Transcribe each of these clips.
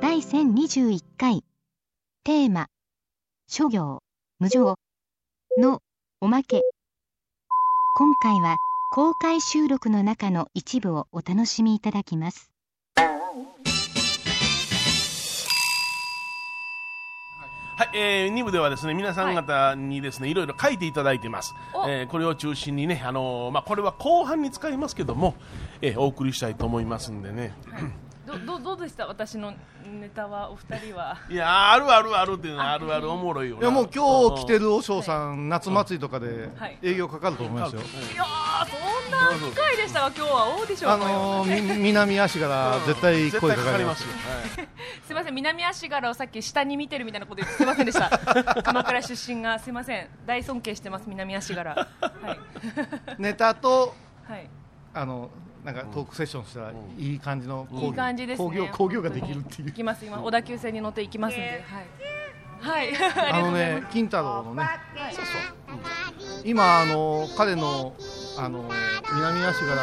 第1021回テーマ「諸行無常」のおまけ今回は公開収録の中の一部をお楽しみいただきますはい、えー、2部ではですね皆さん方にですね、い、ろいろ書いていただいてますお、えーこれを中心にね、あのーまあ、これは後半に使いますけども、えーお送りしたいと思いますんでねどどどうでした私のネタはお二人はいやーあるあるあるっていうのはあるあるおもろいよないやもう今日来てる和尚さん、夏祭りとかではい営業かかると思いますよ、いやーそんな機会でしたが今日はオーディショあンのような、のーみ南足柄、絶対声かかりますよ、 はいすいません南足柄をさっき下に見てるみたいなこと言ってすいませんでした鎌倉出身がすいません大尊敬してます南足柄はいネタとはいあのなんかトークセッションしたら、いい感じのいい感じですね工業工業ができるって行いうきます今小田急線に乗って行きますんで、はい、はい、ありがとあうのございますね金太郎のね、今あの彼のあの南足柄の、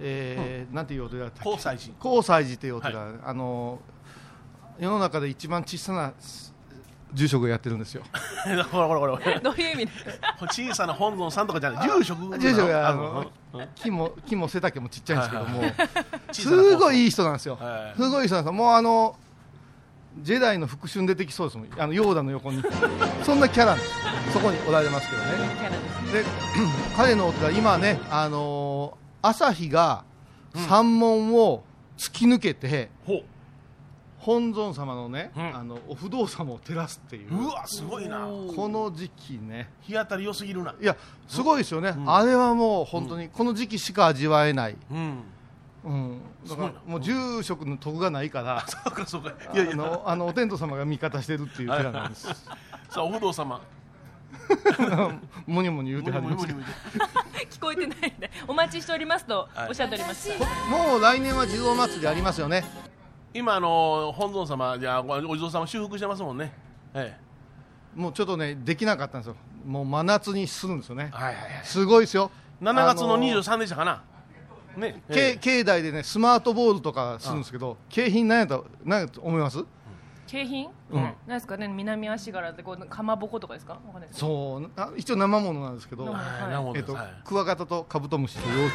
えーなんていうお寺だったっけ交際し高西寺というお寺、あの世の中で一番小さなす住職をやってるんですよほらほらほらほらどういう意味で小さな本尊さんとかじゃない住職住職があうんの木も木も背丈もちっちゃいんですけども、小さな本す尊ごいいい人なんですよ、はいすごいいい人なんですよもうあのジェダイの復讐に出てきそうですもんあのヨーダの横にそんなキャラなんですそこにおられますけどねキャラですで 彼のお寺今ねあのー朝日が山門を突き抜けて、ほ本尊様のね、うんあのお不動様を照らすっていうううわすごいなこの時期ね日当たり良すぎるないやすごいですよね、あれはもう本当にこの時期しか味わえない、うん うん、すだかごいらなもう住職の徳がないからそうかそうかいやいあやのあのお天道様が味方してるっていう寺なんです さあお不動様もにもに言うて無は理り無理ま無す理けど無理聞こえてないんでお待ちしておりますとはいおっしゃっておりました、もう来年は地蔵祭りありますよね今あの本尊様じゃあお地蔵様修復してますもんねえもうちょっとねできなかったんですよもう真夏にするんですよねえはいはいはいすごいですよ7月あのー23でしたかなねえけ境内でねスマートボールとかするんですけど景品何やと何やと思います景品、うんなんですかね南足柄ってこうかまぼことかですかわかんないですそうあ一応生ものなんですけど、生えはいはいなるほえどっとはいクワガタとカブトムシと幼虫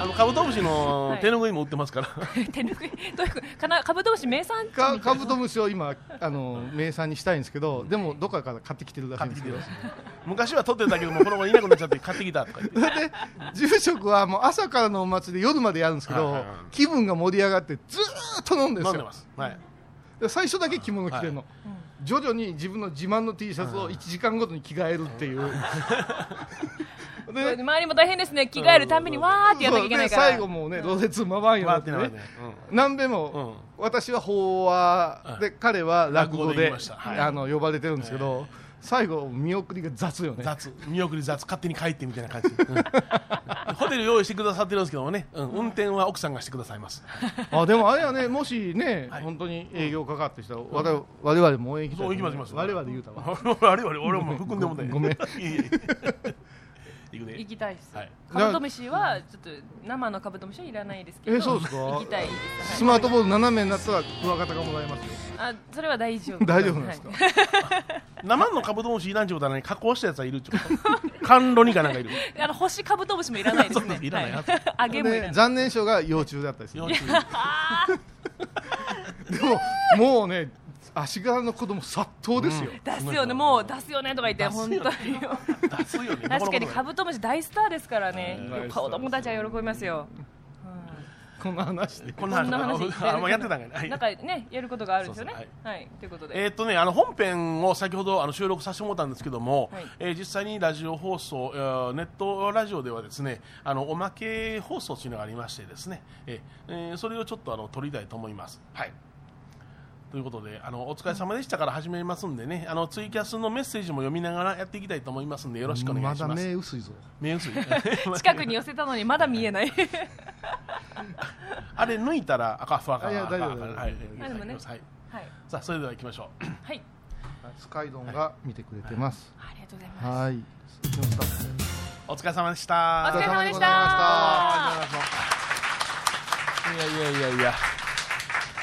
あのカブトムシのはい手ぬぐいも売ってますから 手ぬぐいどういうことかなカブトムシ名産地みたいかなカブトムシを今あの名産にしたいんですけどでもどっかから買ってきてるらしい買んっでてきすけてどるらしい昔は取ってたけどもこの子いなくなっちゃって買ってきたとか言ってで住職はもう朝からのお祭りで夜までやるんですけはいどはいはい気分が盛り上がってずーっと飲んでる飲んんですでよますはいで最初だけ着物着てるの、徐々に自分の自慢の T シャツを1時間ごとに着替えるっていうそでう周りも大変ですね着替えるたんびにわーってやんなきゃいけないからそうで最後もうね、ろれつまわんよ回なっっててなねいね南米も、私は法話で、彼は落語落語で言いでましたはいあの呼ばれてるんですけど、最後見送りが雑ようんね雑見送り雑勝手に帰ってみたいな感じ うんホテル用意してくださってるんですけどもねうん運転は奥さんがしてくださいますあでもあれはねもしね、い本当に営業かかってきたら、我々我々も応援行きたい、そう行きます行きます我々言う たわあれあれ俺も含んでもないごめんい えいえ行くね行きたいです、はいカブトムシはちょっと生のカブトムシはいらないですけどえそうですか行きたいです、はいスマートボール斜めになったらクワガタがもらえますよあそれは大丈夫大丈夫なんですか、はい生のカブトムシいらんちゅうことはない加工したやつはいるっちゅうこと甘露煮かなんかいるあの星カブトムシもいらないです そうですねいらないは揚げもいらでない残念賞が幼虫だったりする幼虫でももうね足柄の子供殺到ですよ、出すよねもう出すよねとか言って出すよ本当ねに出 すよね確かにカブブトムシ大スターですからねうん子供たちは喜びますよこの話でこんこんなな話話あもうやってたんかいはいなんかねやることがあるんですよねそうそうはいということでえーっとね、あの本編を先ほどあの収録させてもらったんですけども、はいえー実際にラジオ放送、えーネットラジオではですねあのおまけ放送というのがありましてですね、えーえーそれをちょっとあの取りたいと思います。はいということであのお疲れ様でしたから始めますんでねあのツイキャスのメッセージも読みながらやっていきたいと思いますんでよろしくお願いします。まだ目薄いぞ目薄い近くに寄せたのにまだ見えない あれ抜いたら赤ふわかあいや大丈夫赤赤大丈夫はい大丈夫はいはいさあそれでは行きましょう。はいスカイドンが見てくれてます。ありがとうございます。はい。日本スタッフでお疲れ様でしたお疲れ様でしたいやいやいやいや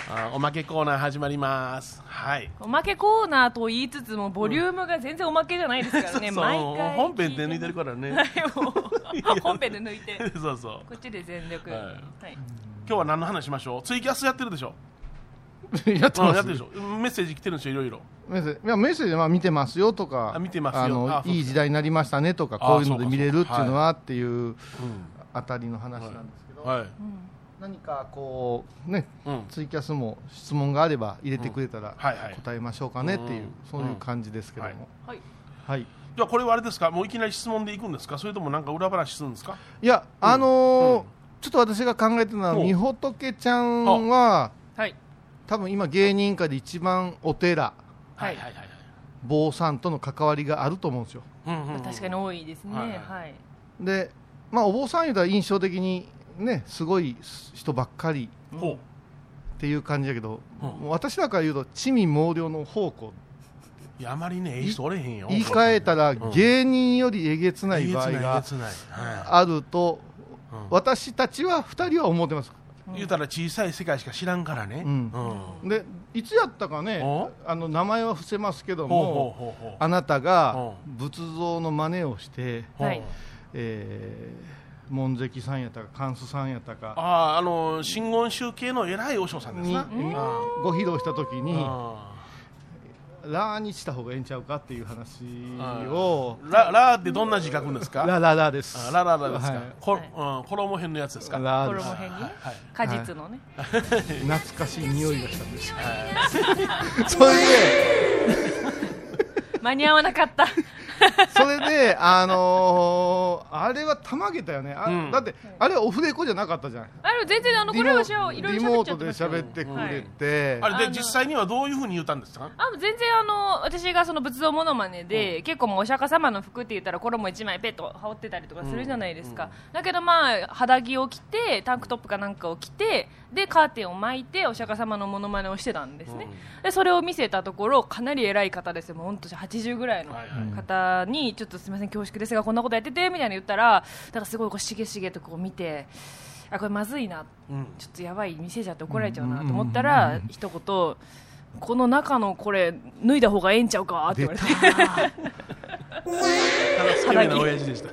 あおまけコーナー始まりますはいおまけコーナーと言いつつもボリュームが全然おまけじゃないですから ね。そう毎回本編で抜いてるからね はいもう本編で抜いて。そうそうこっちで全力。はいはい。今日は何の話しましょうツイキャスやってるでしょした。やってうんまやっすてるでしょメッセージ来てるんですよいろいろメッセージいやメッセージでまあ見てますよとかあ見てますよあのあそうそういい時代になりましたねとかこういうので見れるっていうのはっていううあたりの話なんですけど、んはい何かこうねうんツイキャスも質問があれば入れてくれたらはいはい答えましょうかねっていう、うんそういう感じですけども、うんはいはい。はい、じゃあこれはあれですかもういきなり質問でいくんですかそれともなんか裏話するんですかいやあのーうんちょっと私が考えてたのはほうみほとけちゃんははい。多分今芸人界で一番おは寺いはいはい坊さんとの関わりがあると思うんですようんうんうん確かに多いですね。ははいい。で、まあ、お坊さんいうたら印象的にねすごい人ばっかりほっていう感じだけど、うんもう私らから言うと地味猛量の宝庫ういやあまりねええ人おれへんよ言い換えたらうん芸人よりえげえげつなつないい場合えげがつないはあるというん私たちは2人は思ってます言うたら小さい世界しか知らんからねううんんでいつやったかねおあの名前は伏せますけどほうほうもほうほうあなたが仏像の真似をして、ほうはいえー、門跡さんやったか関須さんやったあかああの真言宗系の偉い和尚さんですになご披露した時にあラーにした方がええんちゃうかっていう話あをララーってどんな字書くんですかラララですあラララですかはいこはいうん衣編のやつですかラーで衣す編にねはい果実のね。懐かしい匂いがしたんですよ それで間に合わなかった。それであのー、あれはたまげたよねあ、うんだってあれはオフレコじゃなかったじゃないあの全然あのこリれはモしょいろいリろ喋モっーちゃトってますけでど喋ってくれて、あれあでの実際にはどういうふうに言ったんですかあ全然あの私がその仏像ものまねで、結構もうお釈迦様の服って言ったら衣一枚ペッと羽織ってたりとかするじゃないですか、だけどまあ肌着を着てタンクトップかなんかを着てでカーテンを巻いてお釈迦様のものまねをしてたんですね、でそれを見せたところかなり偉い方ですよもう本当に80ぐらいのはいはい方にちょっとすみません恐縮ですがこんなことやっててみたいな言ったらだからすごいこうしげしげとこう見てあこれまずいなうんちょっとやばい店じゃって怒られちゃうなと思ったら一言この中のこれ脱いだ方がええんちゃうかって言われてただスケベな親父でした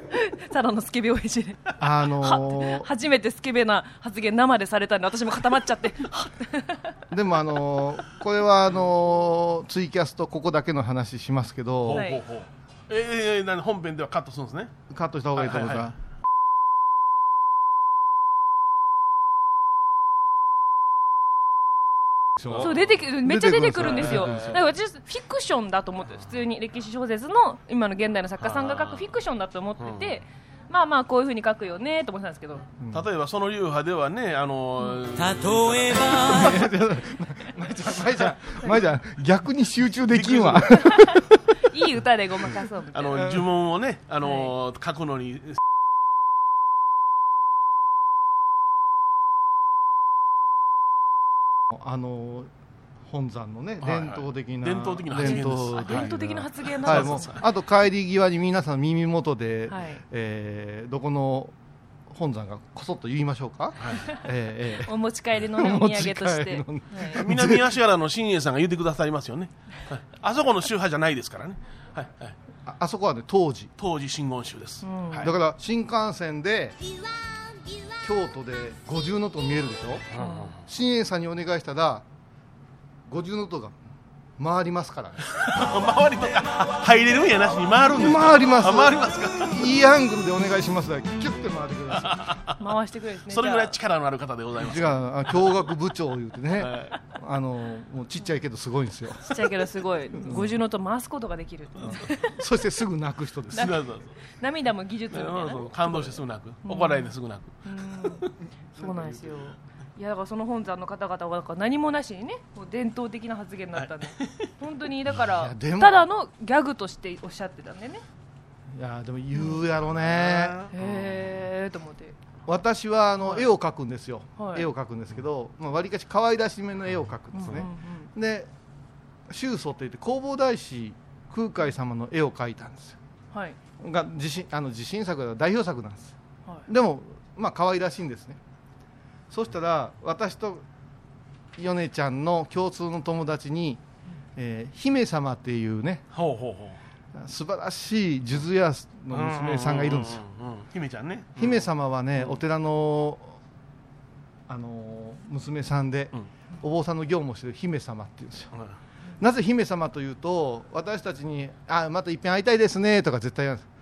ただのスケベ親父であの初めてスケベな発言生でされたんで私も固まっちゃってはっー、でもあのー、これはあのー、ツイキャスとここだけの話しますけど、はいほうほうほうえーえーなん本編ではカットするんですねカットした方がいいと思うか、はいはいそう出てくるめっちゃ出てくるんですよ出てだから私フィクションだと思って普通に歴史小説の今の現代の作家さんが書くフィクションだと思っててまあまあこういうふうに書くよねと思ってたんですけど例えばその流派ではねあのー例えば前じゃん、前じゃん、逆に集中できんわ。いい歌でごまかそうみたあいなの呪文をねあのー書くのにあのー、本山のね、はいはい伝統的な。伝統的な発言ですあ伝統的な発言は、ないんでもうすね、あと帰り際に皆さん耳元で、はいえーどこの。本山がこそっと言いましょうか。えーえーお持ち帰り のねお土産としてお持ち帰りのねはい南足原の新栄さんが言ってくださりますよね、はいあそこの宗派じゃないですからね、はいはい、ああそこはね、当時。当時真言宗です、はいだから新幹線で京都で五重塔見えるでしょ新栄さんにお願いしたら五重塔が回りますからね周りとか入れるんやなしに回るんですか回りますあ回りますかいいアングルでお願いしますだけキュッて回ってくださ回してくれるんですねそれぐらいじゃ力のある方でございま いす違うあ教学部長言うてね、はいあのもうちっちゃいけどすごいんですよあちっちゃいけどすごい五重のと回すことができるそしてすぐ泣く人ですすぐそうそう涙も技術みたいそうなそう感動してすぐ泣く怒られてすぐ泣くそうなんですよいやだからその本山の方々はだから何もなしにねこう伝統的な発言だったんで本当にだかいらやでたもだのギャグとしておっしゃってたんでねいやでも言うやろねへえと思って私はあの絵を描くんですよ、はい絵を描くんですけどわり、まあ、割かし可愛らしめの絵を描くんですね、で宗祖って言って弘法大師空海様の絵を描いたんですよはいが自信あの自信作だ代表作なんですはでもまあ可愛らしいんですねそしたら私と米ちゃんの共通の友達に、えー姫様っていうねほうほうほう素晴らしい数珠屋の娘さんがいるんですよ、うううんうん姫ちゃんね姫様はね、うんお寺のあのー娘さんで、うんお坊さんの業務をしてる姫様っていうんですようんなぜ姫様というと私たちに「あまたいっぺん会いたいですね」とか絶対言わないです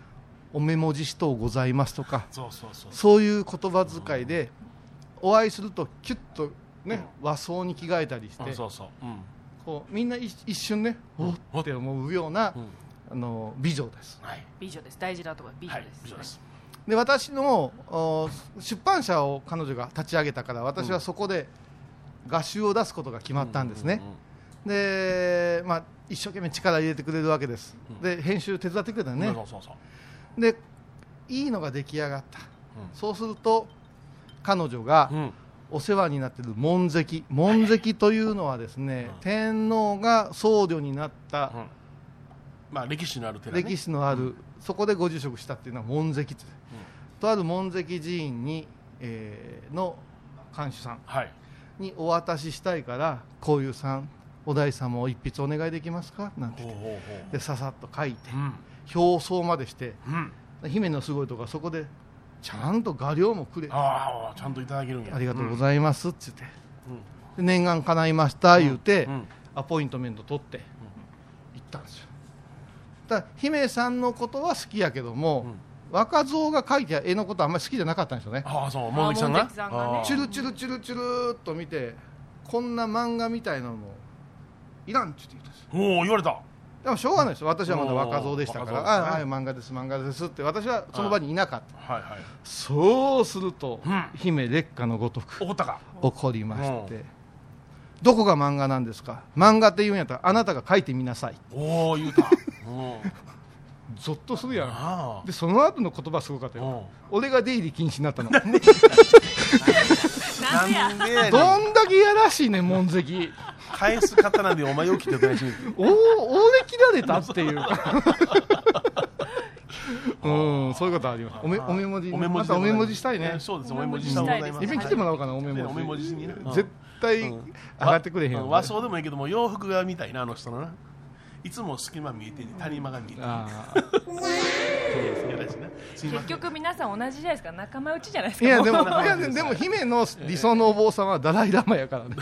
お目文字しとうございますとかそうそうそうそういう言葉遣いでお会いするとキュッとね和装に着替えたりしうんてそうそううんこうみんな一一瞬ねうんおって思うようなうんあの美女ですはい美女です大事なところ美女はいです,、以上ですで私のお出版社を彼女が立ち上げたから私はそこで画集を出すことが決まったんですねで、まあ、一生懸命力入れてくれるわけですうんで編集手伝ってくれたうのんうんうんねそうそうそうでいいのが出来上がったうんそうすると彼女がうんお世話になっている門跡門跡というのはですね、うん天皇が僧侶になったうんまあ歴史のある寺ね歴史のある、そこでご住職したっていうのは門跡って、とある門跡寺院に、えーの看守さんはいにお渡ししたいからこういうさんお大師様を一筆お願いできますかなんてほう言ほっうてほでささっと書いてううん表層までしてうん姫のすごいとこはそこでちゃんと画料もくれあああちゃんといただけるんやりがとうごいざいますって言って、うんで念願叶いました言うて、うんアポイントメント取って行ったんですよだから姫さんのことは好きやけども、うん若造が描いた絵のことはあんまり好きじゃなかったんでしょうねああそう門脇さんがあー門脇さんがねあーチュルチュルチュルチュルーっと見てこんな漫画みたいなのもいらんって言って言ったんですよおお言われたでもしょうがないですよ私はまだ若造でしたからおーあ若造ですねあああ漫画です漫画ですって私はその場にいなかったはいはいそうすると、うん姫劣化のごとく怒ったか怒りまして、うどこが漫画なんですか漫画って言うんやったらあなたが描いてみなさいおお言うたうんゾッとするやんあでその後の言葉すごかったあようん俺が出入り禁止になったのどんなんでやでやねんだけやらしいね門跡返す刀でお前起きてないしおお俺切られたっていう うんそういうことありますお めおめ文字お目文ま字たおめ文字したいえねーそうですお目文字したいお目文字したでいっぺすん来てもらおうかなおめお目文文字字しにねうん絶対う上んがってくれへんようん和装でもいいけども洋服が見たいなあの人のないつも隙間見えてね谷間が見えてねあーいやですねすいま結せん局皆さん同じじゃないですか仲間内じゃないですいかやでもういやでも姫の理想のお坊さんはダライ・ラマや からね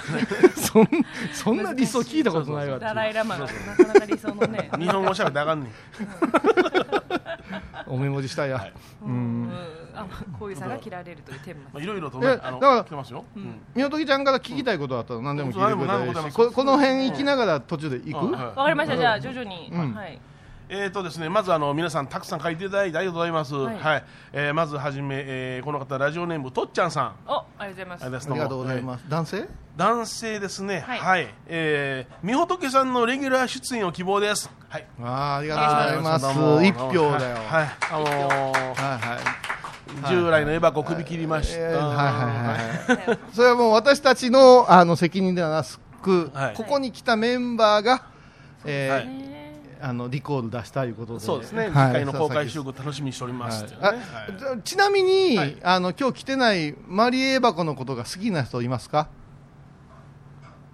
そんそんな理想聞いたことないわっていダうライラマがなかなか理想のね日本語しゃべってあかんねんおめ文字したいや、うんあこういう差が切られるという天ま末あいろいろといやねだあかのら来てますようんみおときちゃんから聞きたいことあったら何でも聞いてくうん何でもござだいさまいしすここの辺行きながら途中で行く、あはいわかりましたじゃあ徐々にうんはいえーとですね、まずあの皆さんたくさん書いていただいてありがとうございます、ははいいえーまずはじめ、えーこの方ラジオネームとっちゃんさんあおありがとれうございまですすありがとうございどもます、男性男性ですねははいい、えー、みほとけさんのレギュラー出演を希望ですはいあーありがとうございますどうも一票だよはい、はいあのーはいはい従来のエバコ首切りました、えーはいははいいはいはいそれはもう私たちのあの責任ではなく、はいここに来たメンバーが、えーはいねあのリコール出したいうことでそうですね、はい次回の公開収録楽しみにしております、っていうねはあいじゃあちなみに、はいあの今日来てないマリエバコのことが好きな人いますか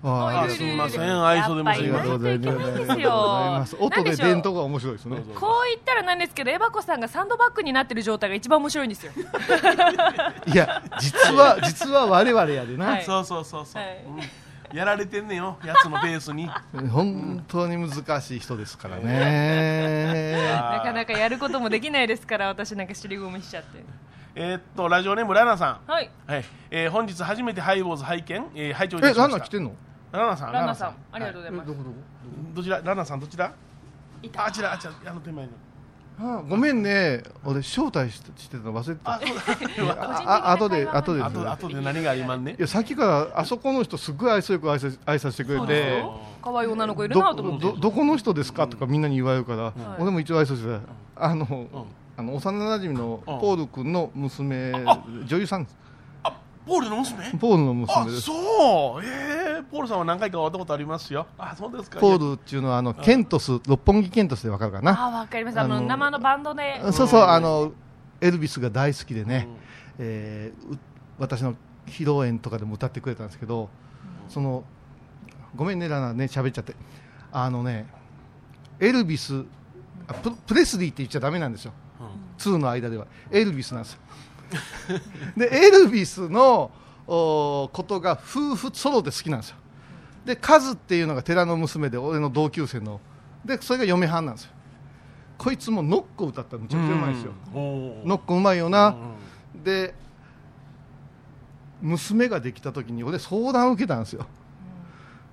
あああいるいーするいみるません愛想でもあすりみがまとせうんございます。ありがとうございます音で伝統が面白いですね。こう言ったらなんですけどエバコさんがサンドバッグになってる状態が一番面白いんですよいや、実は、実は我々やではな。いそうそうそうそう、はいうんやられてんねんよやつのベースに本当に難しい人ですからね。あなーかなかやることもできないですから私なんか尻込みしちゃってえーっとラジオネームラナさんはいはい、えー本日初めてハイボーズ拝見、えー、拝聴いたえ、しまランしたナ来てんの。ラナさんランナさんあラナりがとうございますこどこ。はいどちらラナさんどちらいたああちらあちらあの手前 のあー、ごめんね。俺招待してしてたの忘れてた。ああそうだあ、後で、後であです。とあとで何がありまんねいや、さっきから、あそこの人すっごい愛想よく挨拶、挨拶してくれそうですてよ。可愛い女の子いるなどと思ってどどこの人ですかとかみんなに言われるから、ん俺も一応挨拶してたあの、あの幼馴染のポール君の娘、女優さんですあポールの娘ポールの娘あですそうえー、ポールさんは何回か会ったことありますよあそうですかポルールっていうのはあのケントス六本木ケントスでわかるかなあわかりましたあのあの生のバンドでそうそうあのエルビスが大好きでね、えーう私の披露宴とかでも歌ってくれたんですけどそのごめんねラナね喋っちゃってあのねエルビスあププレスリーって言っちゃダメなんですよ2の間ではエルビスなんですよ でエルビスのおことが夫婦ソロで好きなんですよでカズっていうのが寺の娘で俺の同級生のでそれが嫁はんなんですよこいつもノックを歌ったらむちゃくちゃうまいですよ、ノのックうまいよな、で娘ができた時に俺相談を受けたんですよ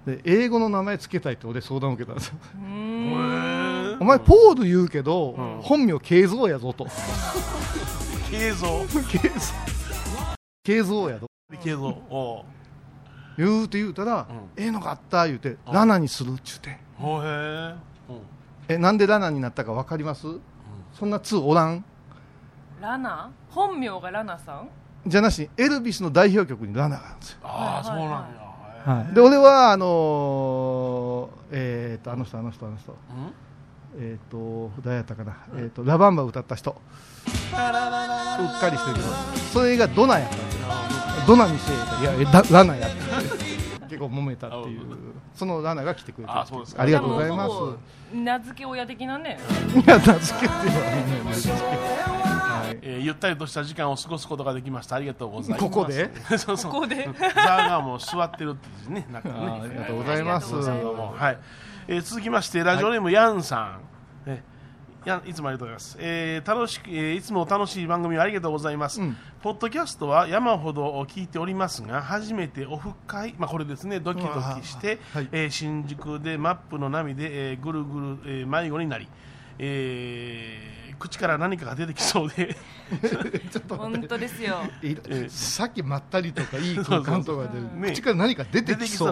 で英語の名前つけたいって俺相談を受けたんですようーんお前ポール言うけど、本名慶三やぞ と映像慶三慶三やぞ映像お言うて言うたら、ええのがあった言うて、うんラナにするっちゅうてーおーへーうんえなんでラナになったか分かります、そんな2おらんラナ本名がラナさんじゃなしにエルビスの代表曲にラナがあるんですよああそうはいはいなんやへーで俺はあのーえー、とあの人あの人あの人うんえっ、と誰やったかな、えー、とラバンバ歌った人うっかりしてるけどそれがドナやったんですよドナにしていやえだラナやって結構揉めたっていうなるほどそのラナが来てくれてあそうですかありがとうございまじゃあすもうほぼ名付け親的なねいや名付けては名付けてはいえーゆったりとした時間を過ごすことができましたありがとうございますここで そうそうここでザーがもう座ってるって字ね中にねあありがとうございますどうもどうもはい、えー続きましてラジオネームヤンさん、えヤンいつもありがとうございます、えー楽しくえーいつも楽しい番組をありがとうございます、ポッドキャストは山ほど聞いておりますが初めてオフ会、まあ、これですねドキドキして、うわはいえー新宿でマップの波で、えーぐるぐる、えー迷子になり、えー口から何かが出てきそうで ちょっと待っ本て当ですよいえさっきまったりとかいい空間とかでそうね口から何か出出ててききそそうう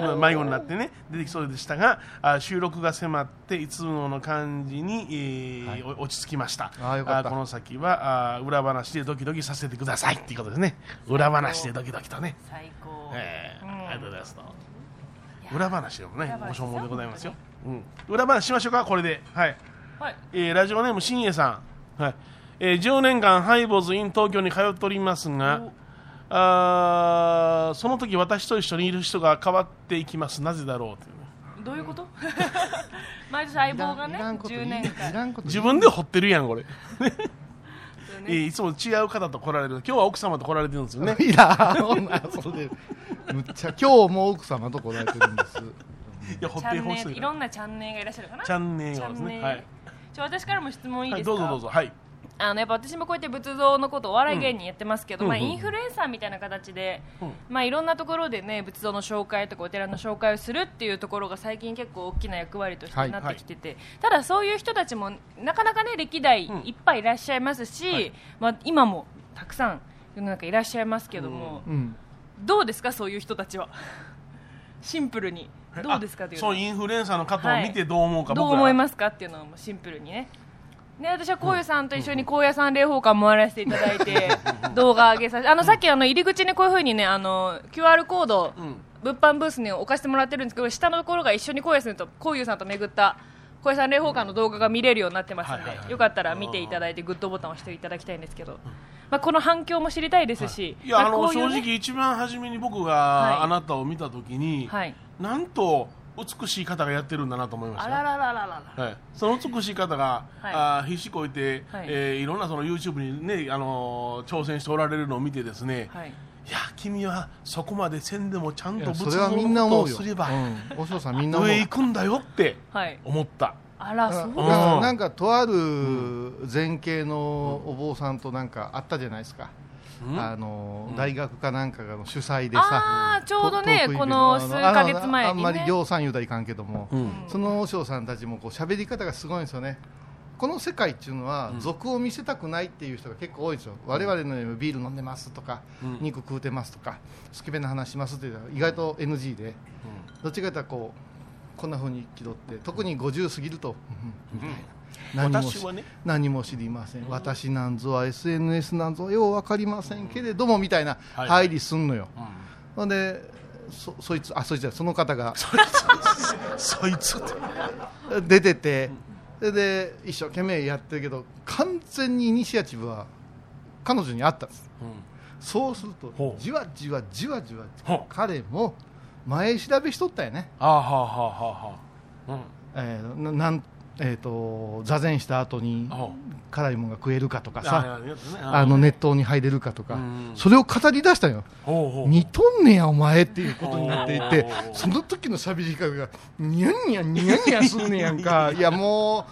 なうん迷子になってね出てきそうでしたがあ収録が迫っていつもの感じに、えーはいお落ち着きましたあーよかったこの先はあー裏話でドキドキさせてくださいっていうことですね裏話でドキドキとね、最高えーうんありがとうございますと裏話でもね裏話ご所望でございますよ、うん、裏話しましょうかこれではいはいえーラジオネームしんえさん、はいえー10年間ハイボーズイン東京に通っておりますがあーその時私と一緒にいる人が変わっていきますなぜだろうというねどういうこと 毎年相棒がねいらんこと言10い年い間らんこと言い自分で掘ってるやんこれ、そうえーいつも違う方と来られる今日は奥様と来られてるんですよね いや、女そうで。むっちゃ、今日も奥様とこられてるんです。いや掘チってャンほネしいルいかろんなチャンネルがいらっしゃるかならチャンネルがですチャンネねルはい、ちょ私からも質問いいはでい、すどか、うぞどうぞはいあのやっぱ私もこうやって仏像のことお笑い芸人やってますけど、うんまあ、うんうんインフルエンサーみたいな形で、うんまあ、いろんなところでね仏像の紹介とかお寺の紹介をするっていうところが最近結構大きな役割としてはいなってきてて、ただそういう人たちもなかなかね歴代うんいっぱいいらっしゃいますし、はいまあ、今もたくさん世の中いらっしゃいますけども、うん。どうですかそういう人たちは シンプルにどうですかあというそうインフルエンサーの方を見てどう思うか、どう思いすますかっていうのをもうシンプルにね。ね、私はこういうさんと一緒に高野山霊宝館も回らせていただいて動画上げさせあのさっきあの入り口にこういうふうにねあの QR コードうん物販ブースに置かせてもらってるんですけど下のところが一緒に高野さんと高野さんと巡った高野山霊宝館の動画が見れるようになってますんはいはいはいでよかったら見ていただいてグッドボタンを押していただきたいんですけど、まあ、この反響も知りたいですし、いやあまのこうい正うね直一番初めに僕はがいあなたを見た時に、はい、なんと美しい方がやってるんだなと思いましあたらよ。らららららはい、その美しい方が、はいあー必死こいて、はいいえーいろんなその YouTube に、ねあのー挑戦しておられるのを見てですね、はい、い、や君はそこまでせんでもちゃんいとや、仏それ像はみんのなこと思をうよ。すればうん。お嬢さん、みんな思う。上行くんだよってはい、思った、あらだそかうらだなんかとある前景のお坊さんとなんかあったじゃないですか、うんあの大学かなんかの主催であさーちょうどねトークイベントこの数ヶ月前にねあのあんまり行さん言うたらいかんけども、うんその和尚さんたちもこう喋り方がすごいんですよねこの世界っていうのはうん俗を見せたくないっていう人が結構多いんですよ、我々のようにビール飲んでますとか、うん肉食うてますとかスケベな話しますっていうのは意外と NG で、どっちかというとこうこんな風に気取って特に50過ぎるとうん何もし私はね何も知りません私なんぞは SNS なんぞはよう分かりませんけれどもみたいなはい入りすんのよ、うんほんでそそいつあそいつじゃないその方が そいつって出てて、でで一生懸命やってるけど完全にイニシアチブは彼女にあったんですうんそうするほとうじわじわじわじわほう彼も前調べしとったよね、ああはあはあはあはえーななんえー、と座禅した後にあうんほう辛いもんが食えるかとかさあありがとうねあの熱湯に入れるかとか、うんそれを語り出したよ、ほうほう似とんねや、お前っていうことになっていておー、その時のしゃべり方が、にゃんにゃん、にゃんにゃんすんねや んか、いや、も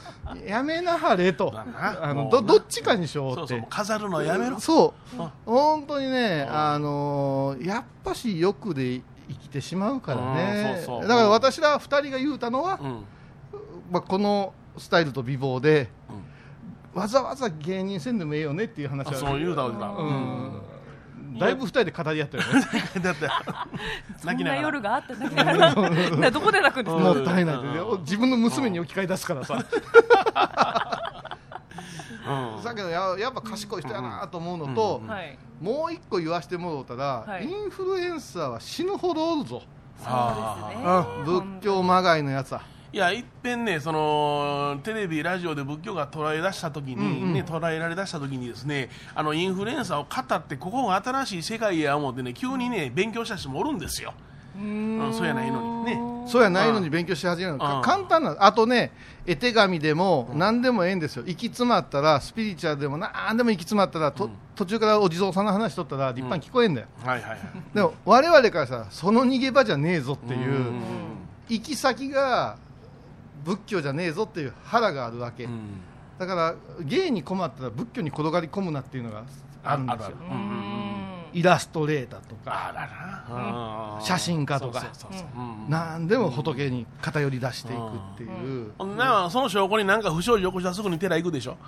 う、やめなはれと、だなあのもうどなどっちかにしよそううっそうてもう。飾るのやめろそううん本当にね、うんあのーやっぱし欲で生きてしまうからねうん、そうそうだから私ら二人が言うたのは、うんまあ、このスタイルと美貌で、うんわざわざ芸人せんでもええよねっていう話あはそう言うたわけだうんだいぶ二人で語り合ったよね。 だ ってそん泣きなながら夜があっただけなのなどこで泣くんですうんかもったいないでねうん自分の娘に置き換え出すからさ。うんだけどややっぱ賢い人やなと思うのと、うんはいもう一個言わしてもろうたら、はいインフルエンサーは死ぬほどおるそうでぞ。すねああ仏教まがいのやつは。いやいっぺんねそのテレビラジオで仏教が捉え出した時に、うんうんね捉えられ出した時にですねあのインフルエンサーを語ってここが新しい世界や思ってね急にね勉強した人もおるんですよ。うんそうやないのにねそうやないのに勉強し始めるのうかん簡単なあとね絵手紙でも何でもええんですよ行き詰まったらスピリチュアルでも何でも行き詰まったらと、途中からお地蔵さんの話しとったら立派に聞こえんだよ、はいはいはい。でも我々からさその逃げ場じゃねえぞっていう、うん行き先が仏教じゃねえぞっていう腹があるわけ、うんだから芸に困ったら仏教に転がり込むなっていうのがあるんですよあるあるうんうんイラストレーターとあかららうん写真家とかそうそうそうそううん何でも仏に偏り出していくっていう、ほんならその証拠になんか不祥事起こしたらすぐに寺行くでしょ。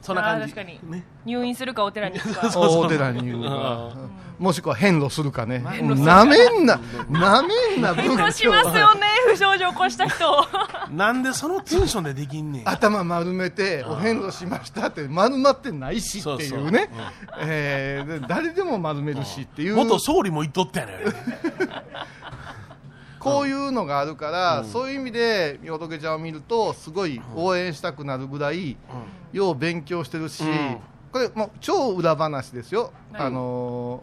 そんな感じ。あー確かにね。入院するかお寺に行くかそうそう大寺に言ううか、もしくは遍路するかね、遍路するなめんな、なめんな、勉強仏し教ますはよね不祥事起こした人なんでそのテンションでできんねん。頭丸めて、お遍路しましたって、丸まってないしそうっていそううね、えーで誰でも丸めるしっていう、元総理も言っとったやね。こういうのがあるから、そういう意味で、み仏ちゃんを見ると、すごい応援したくなるぐらい、よう勉強してるし、うんこれ、もう超裏話ですよ、はいあの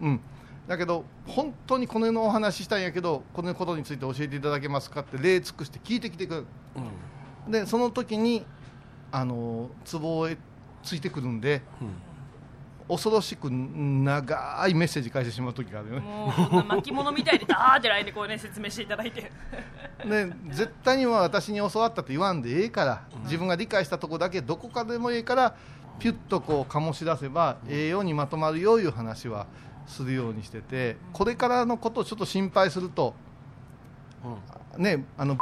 ーうん、だけど、本当にこの世のお話ししたいんやけど、このことについて教えていただけますかって、礼尽くして聞いてきてくれる、うんでその時にあのー壺へついてくるんで、うん恐ろしく長いメッセージ返してしまう時があるよね。もうこんな巻物みたいでダーってラインでこうね説明していただいてね、絶対には私に教わったと言わんでええから、自分が理解したとこだけどこかでもええからピュッとこう醸し出せばええようにまとまるよいう話はするようにしててこれからのことをちょっと心配するとねあの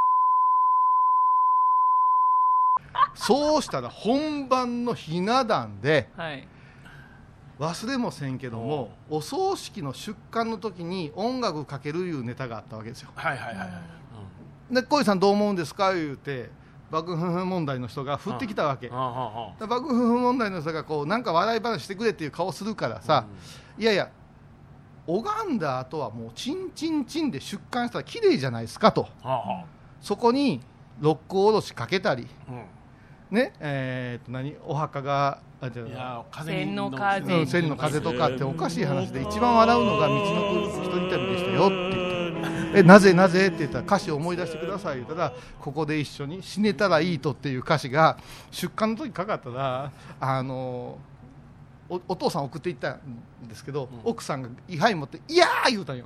そうしたら本番のひな壇ではい忘れもせんけどもお葬式の出棺の時に音楽かけるいうネタがあったわけですよ。はいはいはいはい。で恋さんどう思うんですか言うて爆風婦問題の人が降ってきたわけうんうんうんうんで爆風婦問題の人がこうなんか笑い話してくれっていう顔するからさ、いやいや拝んだ後はもうチンチンチンで出棺したら綺麗じゃないですかとはそこに六甲おろしかけたりあはねえー、と何お墓があじあうんいゃあや風に千の風うん千の風とかっておかしい話で一番笑うのが道のく一人旅でしたよって言って「えなぜなぜ?」って言ったら歌詞を思い出してください言ったら「ここで一緒に死ねたらいいと」っていう歌詞が出荷の時かかったらあのおお父さん送っていったんですけど、奥さんが位牌持って「いやー!」言うたん よ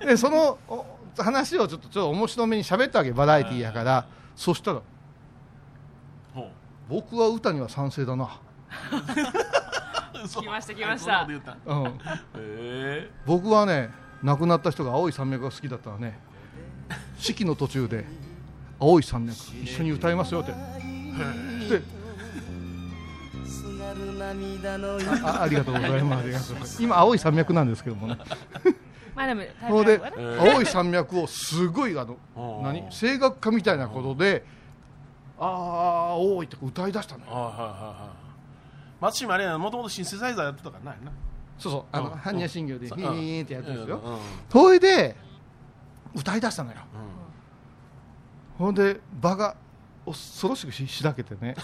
でそのお話をちょっとちょっと面白めに喋ったわけバラエティーやからそしたらほ「僕は歌には賛成だな」う嘘来ました来まそしたんなこと言ったうんへえ僕はね亡くなった人が青い山脈が好きだったらね式の途中で「青い山脈一緒に歌いますよ」ってですがる涙のあありがとうございますありがとうございます今青い山脈なんですけどもねまあでもの大で会はね青い山脈をすごいあのうん何声楽家みたいなことで「ああ多い」って歌い出したのはいよはいはいはい松島あれやもともとシンセサイザーやってたからないなそうそうあうのん般若心経で「うヒんーン」ってやってるんですうんうよんそれで歌い出したのようんほんで場が恐ろしくししらけてね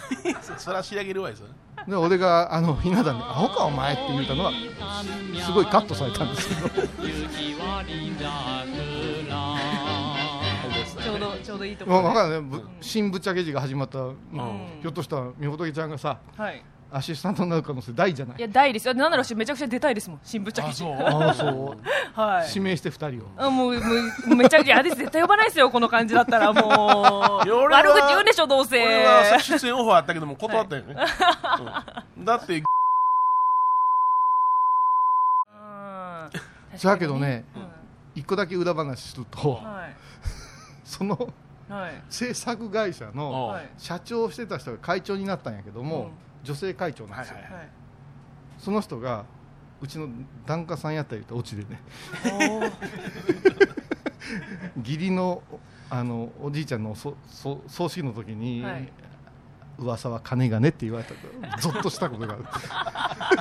そそら仕上げるわいですよねで俺があのひな壇で「アホかお前」って言うたのはすごいカットされたんですけどちょうどちょうどいいとこもうろで分かんないぶ新ぶっちゃけ時が始まった、ひょっとしたらみほとけちゃんがさはいアシスタントになる可能性大じゃないいや大ですよなんなら私めちゃくちゃ出たいですもん新ぶっちゃあけ そうああそうはい指名して2人をあもうもうもうめちゃくちゃあれです絶対呼ばないですよこの感じだったらもいうや俺は悪口言うんでしょどうせ俺はさ出演オファーあったけども断ったよね、うんだ ってうんじゃあけどねうん1個だけ裏話するとはいそのはい制作会社のはい社長をしてた人が会長になったんやけども、うん女性会長なんですよ、はいはいその人がうちの檀家さんやったりとオチでね 義理のあのおじいちゃんのそそ葬式の時に、はい噂は金がねって言われたゾッとしたことがあ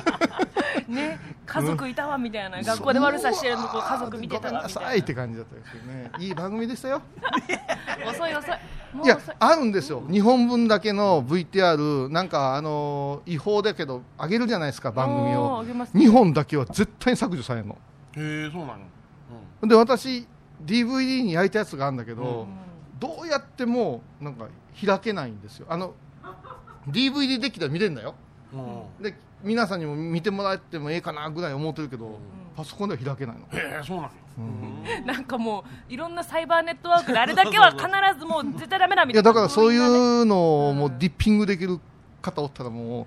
るね家族いたわみたいな学校で悪さしてるのこう家族見てたごめんわなみさたいっいて感じだったけどねいい番組でしたよな遅い遅いもいうや遅いあるんですよ日本分だけの VTR なんかあの違法だけど上げるじゃないですか番お組ーをあげます日本だけは絶対に削除されるのへえそうなの、で私 DVD に焼いたやつがあるんだけど、うどうやってもなんか開けないんですよあの DVD デッキでは見れるんだようんうんで皆さんにも見てもらってもええかなぐらい思ってるけど、パソコンでは開けないのへえそうなの、なんかもういろんなサイバーネットワークであれだけは必ずもう絶対ダメだみいたやいなだからそういねうのをもうディッピングできる方おったらも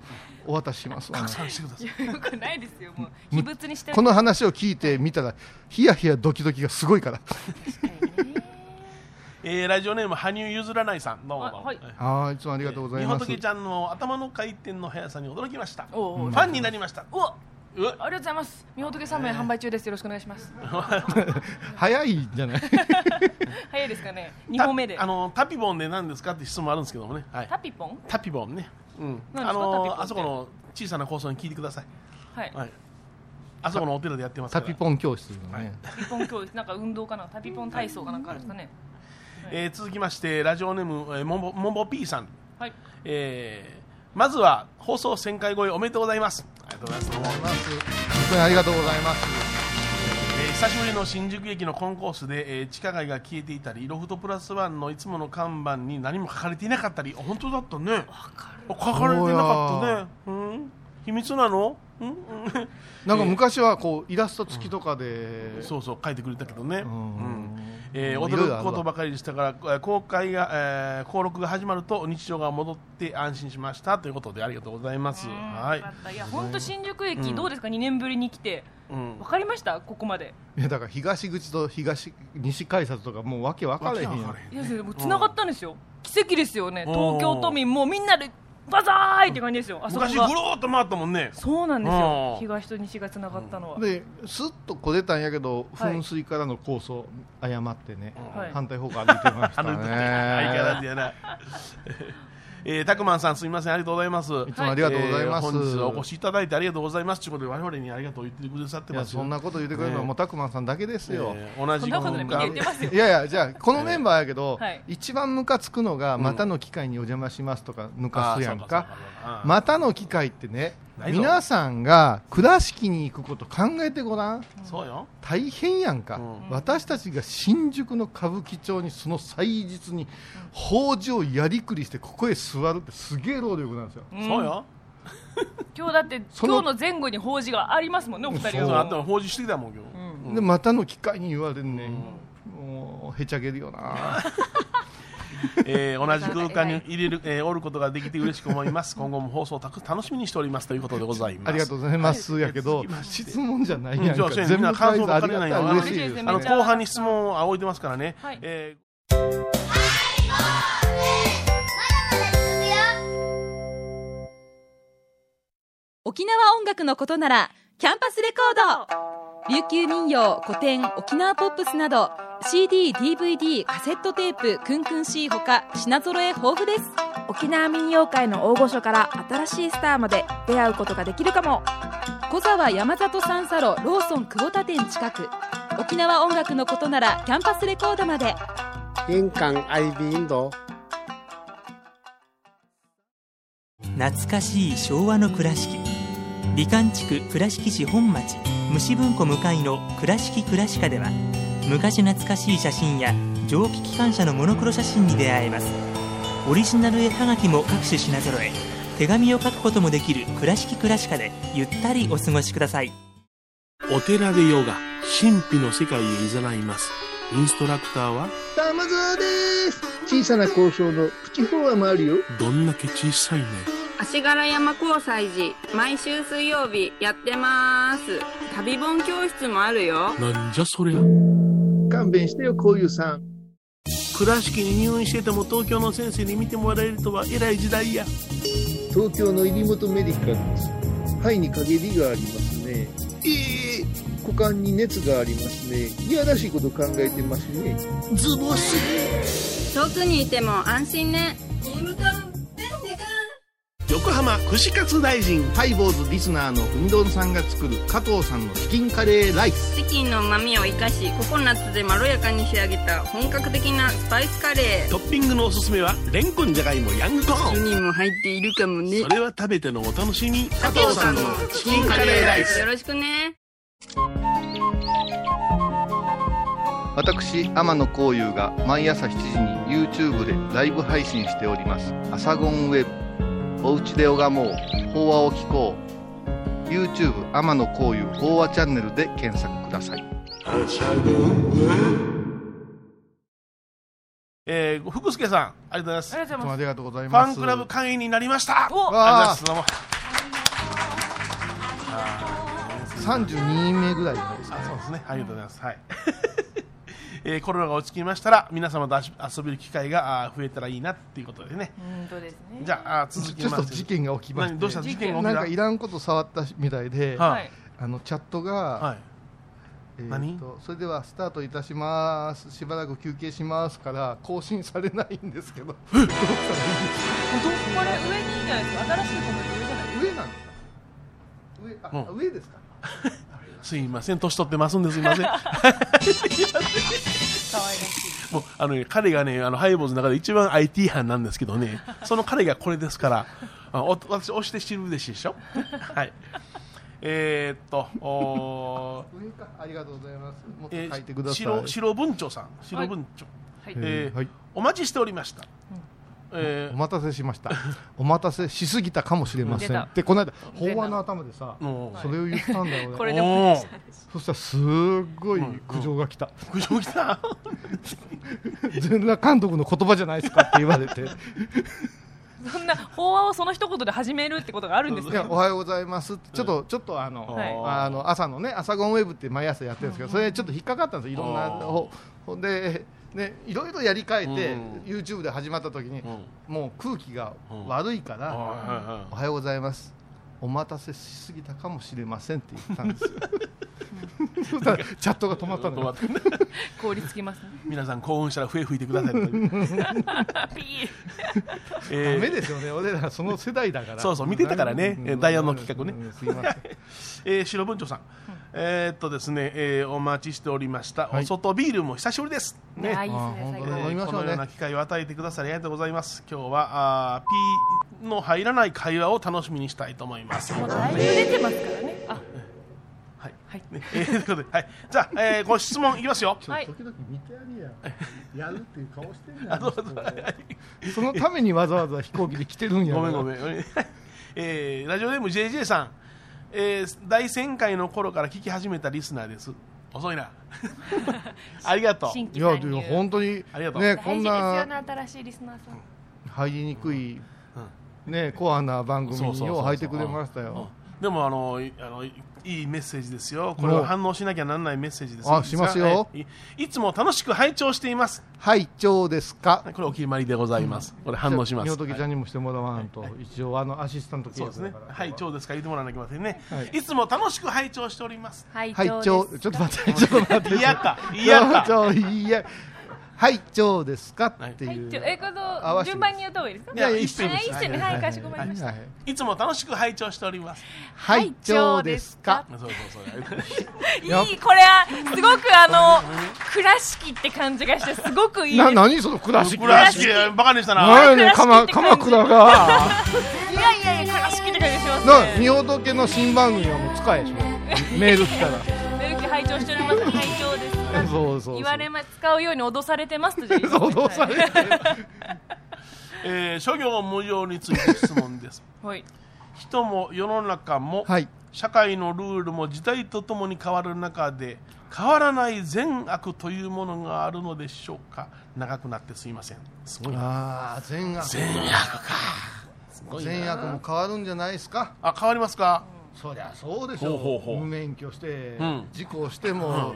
うお渡ししますわ、拡散してくださいよくないですよもう秘仏にしてるこの話を聞いてみたらヒヤヒヤドキドキがすごいからえー、ラジオネーム羽生譲らないさんどうもどうもあはいえああいつもありがとうございみまほとすけちゃんの頭の回転の速さに驚きましたフおうおうァンになりましたおあうわりがとうございますみほとけ3名販売中ですよろしくお願いします早いんじゃ ない早いですかね2本目でたあのタピボンで何ですかって質問あるんですけどもね、はい、タピポンタピボンね、うん、何ですかあタピボンっのてあそこの小さな放送に聞いてください、はいはい、あそこのお寺でやってますかタらピポン教室のね、はいタピポン教室なんか運動かなタピポン体操かなんかあるんですかねえー続きましてラジオネーム、えー、モボモボ P さん、はいえーまずは放送1000回超えおめでとうございますありがとうございますどうも本当にありがとうございますえー久しぶりの新宿駅のコンコースで、えー地下街が消えていたりロフトプラスワンのいつもの看板に何も書かれていなかったりあ本当だったねあ書かれてなかったねうん秘密なの、うん、うんなんか昔はこうイラスト付きとかで、そうそう書いてくれたけどね、ううんんえーうん驚くことばかりでしたからえー公開が、えー公録が始まると日常が戻って安心しましたということでありがとうございます、はよいかったいや本当新宿駅どうですか2年ぶりに来てうんわかりましたここまでいやだから東口と東西改札とかもうわけ分かれへんやんわけわかれへんいやそれもう繋がったんですよ奇跡ですよねうん東京都民もうみんなでバザーイって感じですよあそこ昔ぐるがーっと回ったもんねそうなんですうよん東と西が繋がったのはでスッとこ出たんやけどはい噴水からの構想誤ってね、はい反対方向歩いてました あの時相変わらずねやな。 えー、たくまんさんすみませんありがとうございます。いつもありがとうございます、えー本日はお越しいただいてありがとうございます。ということで我々にありがとう言ってくださっていまやす。そんなこと言ってくれるのはもうたくまんさんだけですよ、えー同そじんなことで空みんな言間ってますよいやいやじゃあこのメンバーやけど、はい一番ムカつくのがまたの機会にお邪魔しますとかムカあーすやんそうか、そうかまたの機会ってねないぞ皆さんが倉敷に行くこと考えてごらんうんそうよ。大変やんか、うん私たちが新宿の歌舞伎町にその祭日に法事をやりくりしてここへ座るってすげえ労力なんですよ、んそうよ。今日だってその今日の前後に法事がありますもんねお二そう人あとはは法事してきたもん今日。うんでまたの機会に言われるね、もうへちゃげるよな えー同じ空間に入れる、えーおることができて嬉しく思います。今後も放送をたく楽しみにしておりますということでございます。ありがとうございます、やけど質問じゃないやんか、 うんじゃあ全みんな部感返想すばあっかりりながんたやいな嬉しいです、ね、あの後半に質問を置いてますからね。はいえー沖縄音楽のことならキャンパスレコード琉球民謡古典沖縄ポップスなど CD、DVD、カセットテープ、クンクン C ほか品揃え豊富です沖縄民謡界の大御所から新しいスターまで出会うことができるかも小沢山里三佐路ローソン久保田店近く沖縄音楽のことならキャンパスレコードまで印鑑アイビーインド懐かしい昭和の倉敷美観地区倉敷市本町虫文庫向かいの「倉敷倉歯科」では昔懐かしい写真や蒸気機関車のモノクロ写真に出会えますオリジナル絵はがきも各種品揃え手紙を書くこともできる「倉敷倉歯科」でゆったりお過ごしくださいお寺でヨガ神秘の世界へ誘いますインストラクターは玉沢です小さな交渉のプチフォアもあるよどんだけ小さいね足柄山交際時毎週水曜日やってます旅本教室もあるよなんじゃそりゃ勘弁してよこういうさん倉敷に入院してても東京の先生に見てもらえるとは偉い時代や東京の入元メディカルです肺に陰りがありますねええー股間に熱がありますねいやらしいこと考えてますねズボス遠くにいても安心ね横浜串カツ大臣ハイボーズリスナーの海丼さんが作る加藤さんのチキンカレーライスチキンの旨みを生かしココナッツでまろやかに仕上げた本格的なスパイスカレートッピングのおすすめはレンコンじゃがいもヤングコーン人も入っているかもねそれは食べてのお楽しみ加藤さんのチキンカレーライスよろしくね私天野幸雄が毎朝7時に YouTube でライブ配信しております「アサゴンウェブ」「おうちで拝もう法話を聞こう」YouTube 天野幸雄法話チャンネルで検索くださいえー、福助さんありがとうございますありがとうございますありがとうございファますンクラブ会員になりましたありがとうおございますどうも32人目ぐらいじゃないですかあそうですね、ありがとうございます。はい えーコロナが落ち着きましたら皆様と遊遊べる機会があー増えたらいいなっていうことでね本当ですねじゃああー続きちょまっすと事件が起きまして何どうした事件が起きなたんかいらんこと触ったみたいで、ははいあのチャットが、はいえーと何それではスタートいたしますしばらく休憩しますから更新されないんです けどどうしたらいこれ上にいいじゃないですか新しいコメント上じゃないいんですか上なんですか上あ、う上ですかすいません年取ってますんですいません可愛いもうあのね、彼がねあのハイボーズの中で一番 IT 班なんですけどねその彼がこれですからあお私押して知るでしいでしょはいえー、っとおー上かありがとうございますもっえと書いてください、白白文長さん白文長、はいえーはいお待ちしておりました、えおー待たせしましたお待たせしすぎたかもしれませ出んたでこの間法話の頭でさもうそれを言ったんだよこ俺れでおもーそしたらすっごい苦情が来た苦情来た全裸監督の言葉じゃないですかって言われてそんな法話をその一言で始めるってことがあるんですいやかおはようございますってちょっとちょっとあの、はいあの朝のね、朝ゴンウェブって毎朝やってるんですけど、それちょっと引っかかったんですよ、いろんな、あーほほんで、ね、いろいろやり替えて、うん YouTube で始まった時に、んもう空気が悪いから、おはようございます、お待たせしすぎたかもしれませんって言ったんですよ、そ したらチャットが止まったのよ、凍りつきますね皆さん興奮したら笛吹いてください、ピ ーえダメーですよね、俺らその世代だから、そうそう見てたからねうんえダイヤの企画ねうんすいません えー白文長さん、えーっとですね、えーお待ちしておりました、はいお外ビールも久しぶりですねあいいですあね本最後当だえー飲みましこょうのようねな。機会を与えてくださりありがとうございます今日はあーピーの入らない会話を楽しみにしたいと思いますもうだいぶ出てますからねあはい、はいね えーということではい、じゃあ、えーご質問いきますよはい時々見てやりや やるっていう顔してんあだどうぞそのためにわざわざ飛行機で来てるんやごろめんごめん、 えーラジオネーム JJ さん、えー第1000回の頃から聞き始めたリスナーです遅い なありがとう新規いや参で入も本当にありがとうね大こ事でんすよなね新しいリスナーさん入りにくいねコアな番組そうそうそうにそうを入ってくれましたよ。でもあのいあのいいいメッセージですよこれおは反応しなきゃならないメッセージですあしますよいいいつも楽しく拝聴しています拝聴ですかこれお決まりでございます、これ反応しますみょときちゃんにもしてもらわんと、一応あのアシスタントそう契で約すだねから、はい、長ですから言ってもらわなきゃいけませんね、、はいつも楽しく拝聴しております拝はい、ちょうちょっと待って、ちょっと待って。嫌 か嫌かちょ、ちょいや。はい、ちょうですかっていう。えこ合のわせて順番に言った方がいいですかいやいや一緒あです一緒ねはいかしこまりました、はいいつも楽しく拝聴しており ますはい、ちょうですか。そうそうそうやいいこれはすごくあの倉敷って感じがしてすごくいいですな、なにその倉敷。倉敷バカにしたななんやねん、かま、鎌倉が。いやいやいや倉敷って感じしますなね、みほとけの新番組はもう使えしょ。メール来たら。メルキ拝聴しております拝聴です そうそうそう言。われま使うように脅されてますとじゃ あ言いますね脅されてえー諸行無常について質問ですはい人も世の中も、社会のルールも時代とともに変わる中で変わらない善悪というものがあるのでしょうか長くなってすいませんすごいなああ、善悪。善悪かごいな善悪も変わるんじゃないですか。あ変わりますかそりゃそうでしほょうほうほう無免許して、うん事故しても、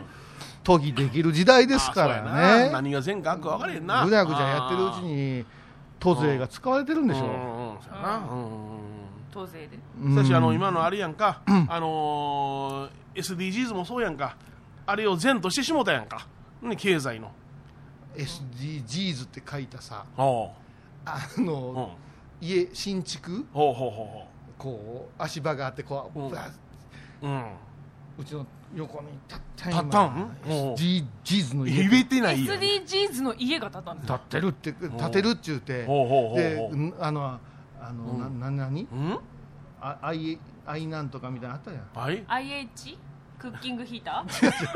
都議できる時代ですからあそうやなね何が善か悪か分かれへんなぐじゃぐじゃやってるうちに都税が使われてるんでしょう、うんうんそうやなうんうんうん当税でうんしかしあの今のあれやんか、あのー SDGs もそうやんかあれを善としてしもたやんか、ね、経済の SDGs って書いたさおうあの、家新築ほうほうほうほこう足場があってこう、うううんうちの横に立ったたったんおう SDGs の家言えてないよ SDGs の家が建ったんです立ってるって立てるって言ってほうほうほうでほうんあのあの、うんなな何んああいあいなんとかみたいなのあったや んはい IH クッキングヒータ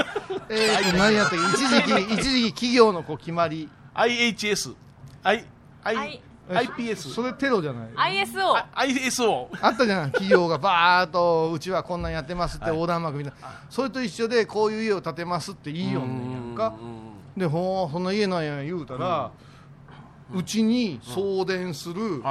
えーと何やったっけ一 時期一時期企業のこう決まり IHS I I い IPS それテロじゃないー ISO ISO あったじゃん企業がバーっとうちはこんなんやってますって横断幕みたいな、それと一緒でこういう家を建てますっていいよねんやんかでほうその家なんや言うたら、うちに送電する、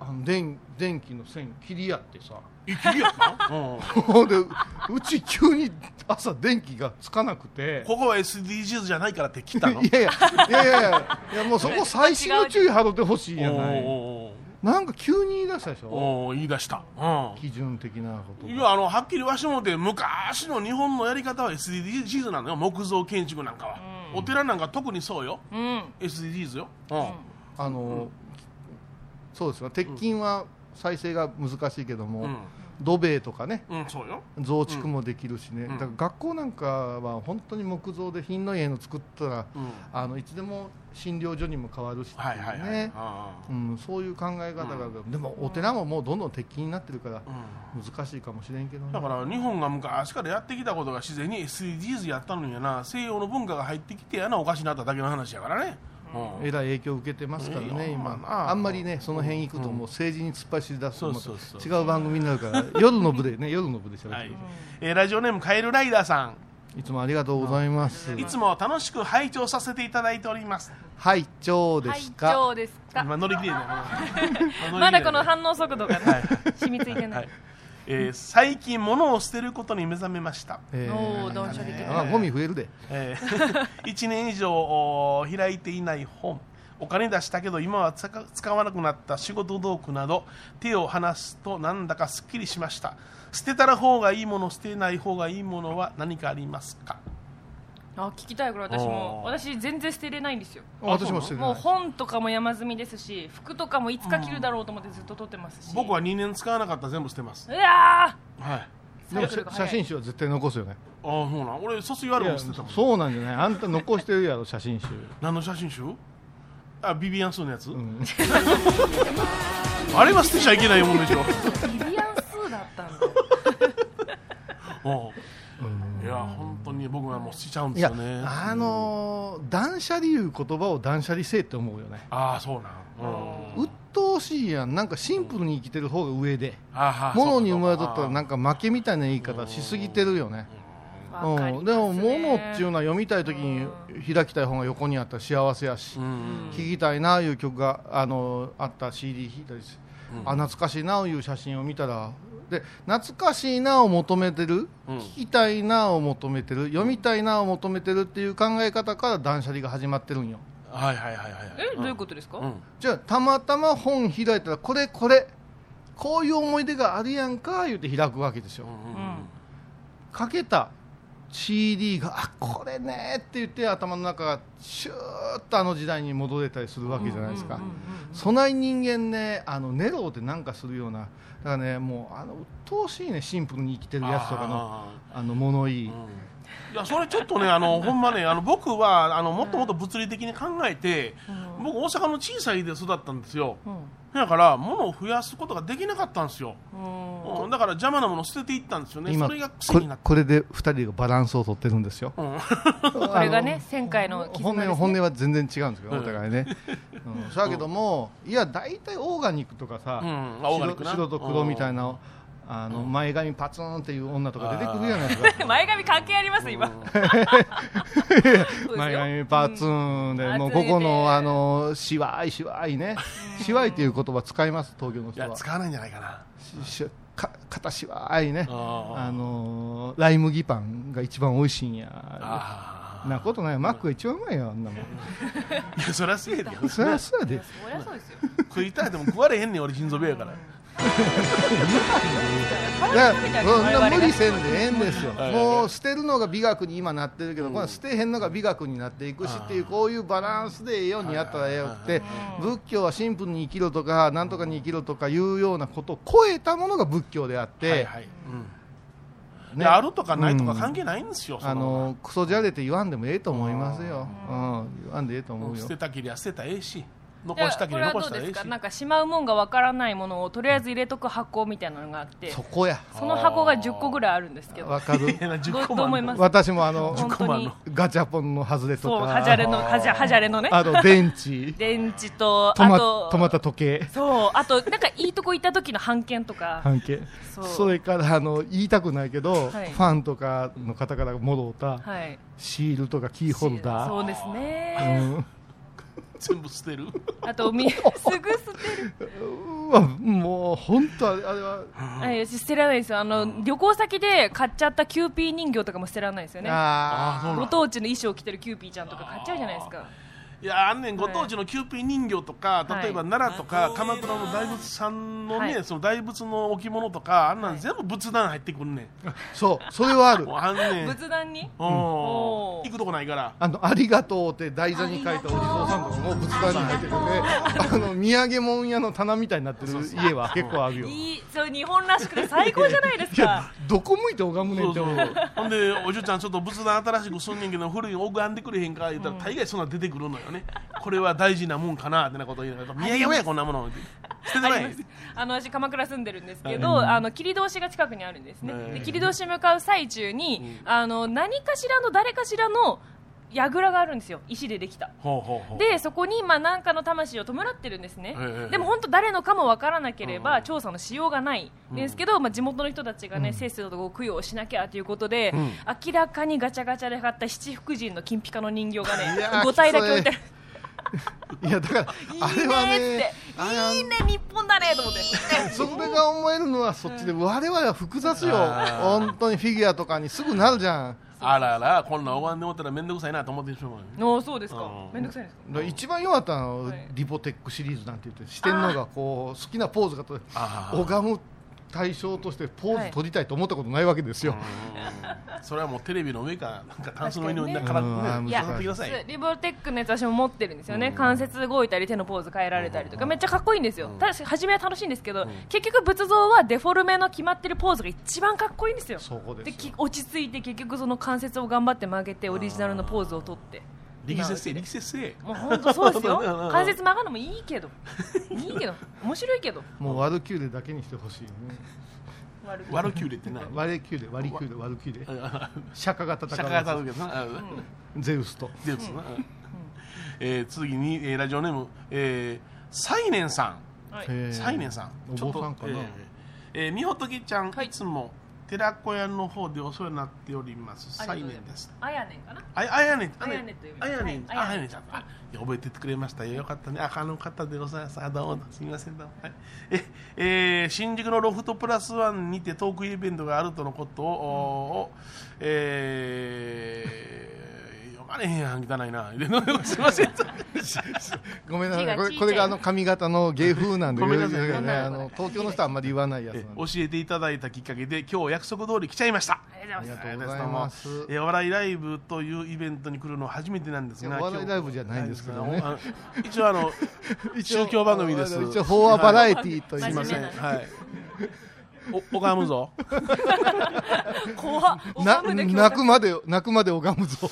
あの電電気の線切り合ってさえ切りやった のほんでうち急に朝電気がつかなくてここは SDGs じゃないからって来たのいやいやいやいやいやいやもうそこ最新の注意払ってほしいやないおなんか急に言い出したでしうおうょおう言い出した、うん基準的なこといやあのはっきりわしもって昔の日本のやり方は SDGs なのよ木造建築なんかは、お寺なんか特にそうよ、うん SDGs よ、あの、そうですよ鉄筋は再生が難しいけども、うん土塀とかねうんそうよ増築もできるしね、うんだから学校なんかは本当に木造で品のいいの作ったら、うんあのいつでも診療所にも変わるしってはいいうね、はいはい、ああうん、そういう考え方が、でもお寺ももうどんどん鉄筋になってるから難しいかもしれんけどね、だから日本が昔からやってきたことが自然に SDGs やったのにやな西洋の文化が入ってきてやなおかしになっただけの話やからね、うんえらい影響を受けてますからいやね、今、まああんまりね、その辺行くと、もう政治に突っ走り出すと、まそうそうたそう違う番組になるから、 夜の部でね、夜の部でしゃべっはいてくだえーラジオネームカエルライダーささいいつもありがとうございます。んいつも楽しく拝聴させていただいておりますはい、長ですか。どうですか今乗り切 れないまだこの反応速度がね染みついてないえー最近物を捨てることに目覚めました、えーおー断捨離的あ、ゴミ増えるで。え1年以上おー開いていない本お金出したけど今は使か使わなくなった仕事道具など手を離すとなんだかすっきりしました捨てたら方がいいもの捨てない方がいいものは何かありますかあ聞きたいこれ私おーも私全然捨てれないんですよあ私も捨てれないもう本とかも山積みですし服とかもいつか着るだろうと思ってずっと取ってますし、僕は2年使わなかったら全部捨てますうわはいでも写写真集は絶対残すよね。ああそうなん俺卒業アルバム捨てたもんそうなんじゃないあんた残してるやろ、写真集。何の写真集あビビアンスーのやつ、 あれは捨てちゃいけないもんでしょービビアンスーだったんだ おういや本当に僕はもう捨てちゃうんいですやよね、あのー、断捨離いう言葉を断捨離せえって思うよね。ああそうなん、うん鬱陶しいやんなんかシンプルに生きてる方が上であはあ物に生まれとったらなんか負けみたいな言い方しすぎてるよねわかりますでも物っていうのは読みたい時に開きたい本が横にあったら幸せやし聴きたいなあいう曲があのあった CD 弾いたりしうんあ懐かしいなあいう写真を見たらで懐かしいなを求めてる、聞きたいなを求めてる読みたいなを求めてるっていう考え方から断捨離が始まってるんよはいはいはいはいえどういうことですか、じゃあたまたま本開いたらこれこれこういう思い出があるやんか言って開くわけでしょ、かけた CD があこれねって言って頭の中がシューッとあの時代に戻れたりするわけじゃないですか、そない人間ねあのネロってなんかするようなだからねもうあの鬱陶しいねシンプルに生きてるやつとかのあの物言い、いやそれちょっとね、あのほんまね、あの僕はあのもっともっと物理的に考えて、僕、大阪の小さい家で育ったんですよ、だから、物を増やすことができなかったんですよ、うんだから邪魔なものを捨てていったんですよね、今そこれが癖になって、これで2人がバランスを取ってるんですよ、 これがね1000回の絆本です、ね、音本音は全然違うんですけど、うんお互いね、うん、そやけども、いや大体オーガニックとかさ、うんあオーガニック白な白と黒みたいな、あの前髪パツンっていう女とか出てくるじゃないです か前髪関係あります今、前髪パツンで、もうここのあのしわいしわいねしわいっていう言葉使います東京の人いはや使わないんじゃないかな。ししか肩しわいねあのライ麦パンが一番美味しいんやなことないよマックが一番うまいよあんなもんいやそりゃそうや でそりゃそうやでそりゃそうですよ食いたいでも食われへんねん俺腎臓病やからいやそんな無理せんでええんですよ、もう捨てるのが美学に今なってるけど、これ捨てへんのが美学になっていくしっていう、こういうバランスでええようにやったらええよって、仏教はシンプルに生きろとか、なんとかに生きろとかいうようなことを超えたものが仏教であって、であるとかないとか関係ないんですよ、あのクソじゃれて言わんでもええと思いますよ、うん言わんでええと思うよ捨。てたきりゃ捨てたらええしじゃ残あしたきこりれゃは残しどうたらでえすえしかなんかしまうもんがわからないものをとりあえず入れとく箱みたいなのがあってそこやその箱が10個ぐらいあるんですけどわか るどうどう思います私もあの本当にガチャポンの外れとそうかハジャレのハジャハジャレのねあの電池電池と止あまと止まった時計そうあとなんかいいとこ行った時の半券とか半径そうそれからあの言いたくないけど、はいファンとかの方からもろうた、はいシールとかキーホルダーそうですねうん全部捨てるあとみすぐ捨てるうわもう本当あれあれははい捨てらないですよあの旅行先で買っちゃったキューピー人形とかも捨てられないですよねあーあーそうなんだご当地の衣装着てるキューピーちゃんとか買っちゃうじゃないですかいやあんねんご当地のキューピー人形とか、はい例えば奈良とか鎌倉の大仏さんのね、はいその大仏の置物とかあんなん全部仏壇入ってくるねん、そうそれはあるあんねん仏壇にうん行くとこないからあのありがとうって台座に書いたお地蔵さんとかも仏壇に入ってるんであの土産物屋の棚みたいになってる家は結構あるよいいそう日本らしくて最高じゃないですかどこ向いて拝むねんって思うほんでお嬢ちゃんちょっと仏壇新しくすんねんけど古い奥編んでくれへんか言ったら大概そんなん出てくるのよねこれは大事なもんかなってなこと言いながら「あいやいやいやこんなもの」って捨ててないあの私鎌倉住んでるんですけはどいあの切通しが近くにあるんですねはいで切通し向かう最中にあの何かしらの誰かしらの櫓があるんですよ石でできたほうほうほうでそこにまあ何かの魂を弔ってるんですね、ええでも本当誰のかもわからなければ調査のしようがないですけど、まあ、地元の人たちがね、せっせとこう供養しなきゃということで、うん明らかにガチャガチャで買った七福神の金ピカの人形がいやねー5体だけ置いてあるいやだからあれはねあれはいいね日本だねと思ってそれが思えるのはそっちで我々は複雑よ本当にフィギュアとかにすぐなるじゃんあらあらこんなん拝んでもったら面倒くさいなと思ってしまうよねおそうですかうんめんどくさいですかだから一番弱かったのはリボテックシリーズなんて言って四天王がこう好きなポーズが取れあー拝む対象としてポーズ取りたいと思ったことないわけですよ、それはもうテレビの上かなんかタンスの上に置いて確かからにねねうんいねや飾ってくださいリボテックのやつ私も持ってるんですよね、関節動いたり手のポーズ変えられたりとか、めっちゃかっこいいんですよ、確か初めは楽しいんですけど、結局仏像はデフォルメの決まってるポーズが一番かっこいいんですよそこですよき落ち着いて結局その関節を頑張って曲げてオリジナルのポーズを取って力説生力説生もう本当そうですようんうんうん関節曲がるのもいいけどいいけど面白いけどもうワルキューレだけにしてほしいよねワルキューレって何ワルキューレワルキューレワル キューレ釈迦が戦う釈迦が戦うけどなうんゼウスとゼウスなえー次にえーラジオネームえーサイネンさんはいへーサイネンさんお坊さんかなえーえーみほとけちゃんいつも寺子屋の方でお世話になっておりますサイネンですあやねんかなああやねんあやねんというあやねんはあいやねんちゃんあいや覚えててくれましたよよかったねああの方でございますあどうもすみませんどうもはいええー新宿のロフトプラスワンにてトークイベントがあるとのことを、おえー読まれへんやん汚いなで飲んでますいま せんごめんなさい、こ字が小れさいこれがあの髪型の芸風なんで、ごめんなさいよろしですあの東京の人はあんまり言わないやつなんで。教えていただいたきっかけで今日約束通り来ちゃいましたありがとうございます。えーお笑いライブというイベントに来るのは初めてなんですいがやお笑今い日ライブじゃないんですけどねあの一応あ の宗教番組です一応法話バラエティーというはいすいません真面目はいお拝むぞ怖っな拝むで今日泣くまで泣くまで拝むぞ。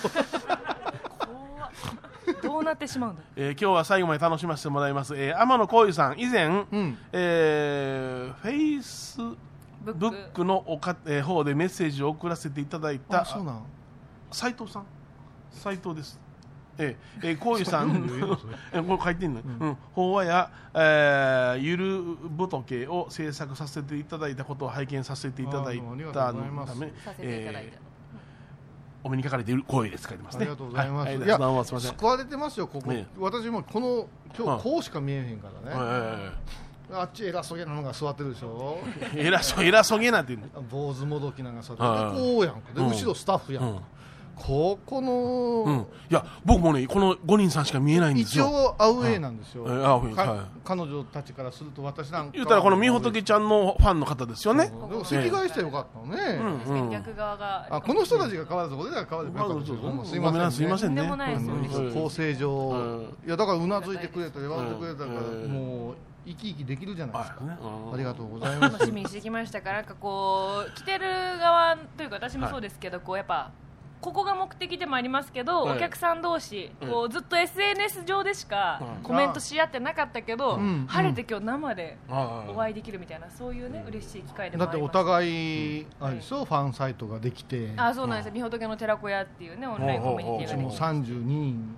どうなってしまうんだえー今日は最後まで楽しませてもらいます、えー天野幸雄さん以前、えーフェイスブックのおか、えー方でメッセージを送らせていただい た斉藤さん斉藤ですえーえ ー、こうゆさん、えーこれ書いてんの、うん、法話や、えーゆる仏を制作させていただいたことを拝見させていただいあーどうもありがとたうございのますためさせていただいえたーお目にかかれている行為です書いてますあねりがとうございます。はいはやどうもすいません救われてますよここえ。私もこの今日こうしか見えへんからね。えあっち偉そうげなのが座ってるで しょ。えらそ偉そげなんていうの坊主もどきなんか座ってはいる。でこうやんか。でうん後ろスタッフやんうんか。ここうのん、いや僕もねこの5人さんしか見えないんです一よ応アウェーなんですよ。はいえーアウェーかはい彼女たちからすると私なんかは。言ったらこのみほとけちゃんのファンの方ですよねでも席替えしてよかったのね。うんうん逆側があこの人たちが変わらず俺らが変わればよかったですよもうすいませんねすいませんねとんでもないですようん構成上いやだからうなずいてくれたり笑ってくれたからうんもう生き生きできるじゃないですかうんありがとうございます楽しみにしてきましたからなんかこう来てる側というか私もそうですけど、こうやっぱここが目的でもありますけど、はいお客さん同士、うんこうずっと SNS 上でしかうんコメントし合ってなかったけど、うん晴れて今日生でうんお会いできるみたいなそういうね嬉しい機会でもだあってりおます互いあれでしょファンサイトができてあそうなんですよみほとけの寺子屋っていうねオンラインコミュニティうがねちも32人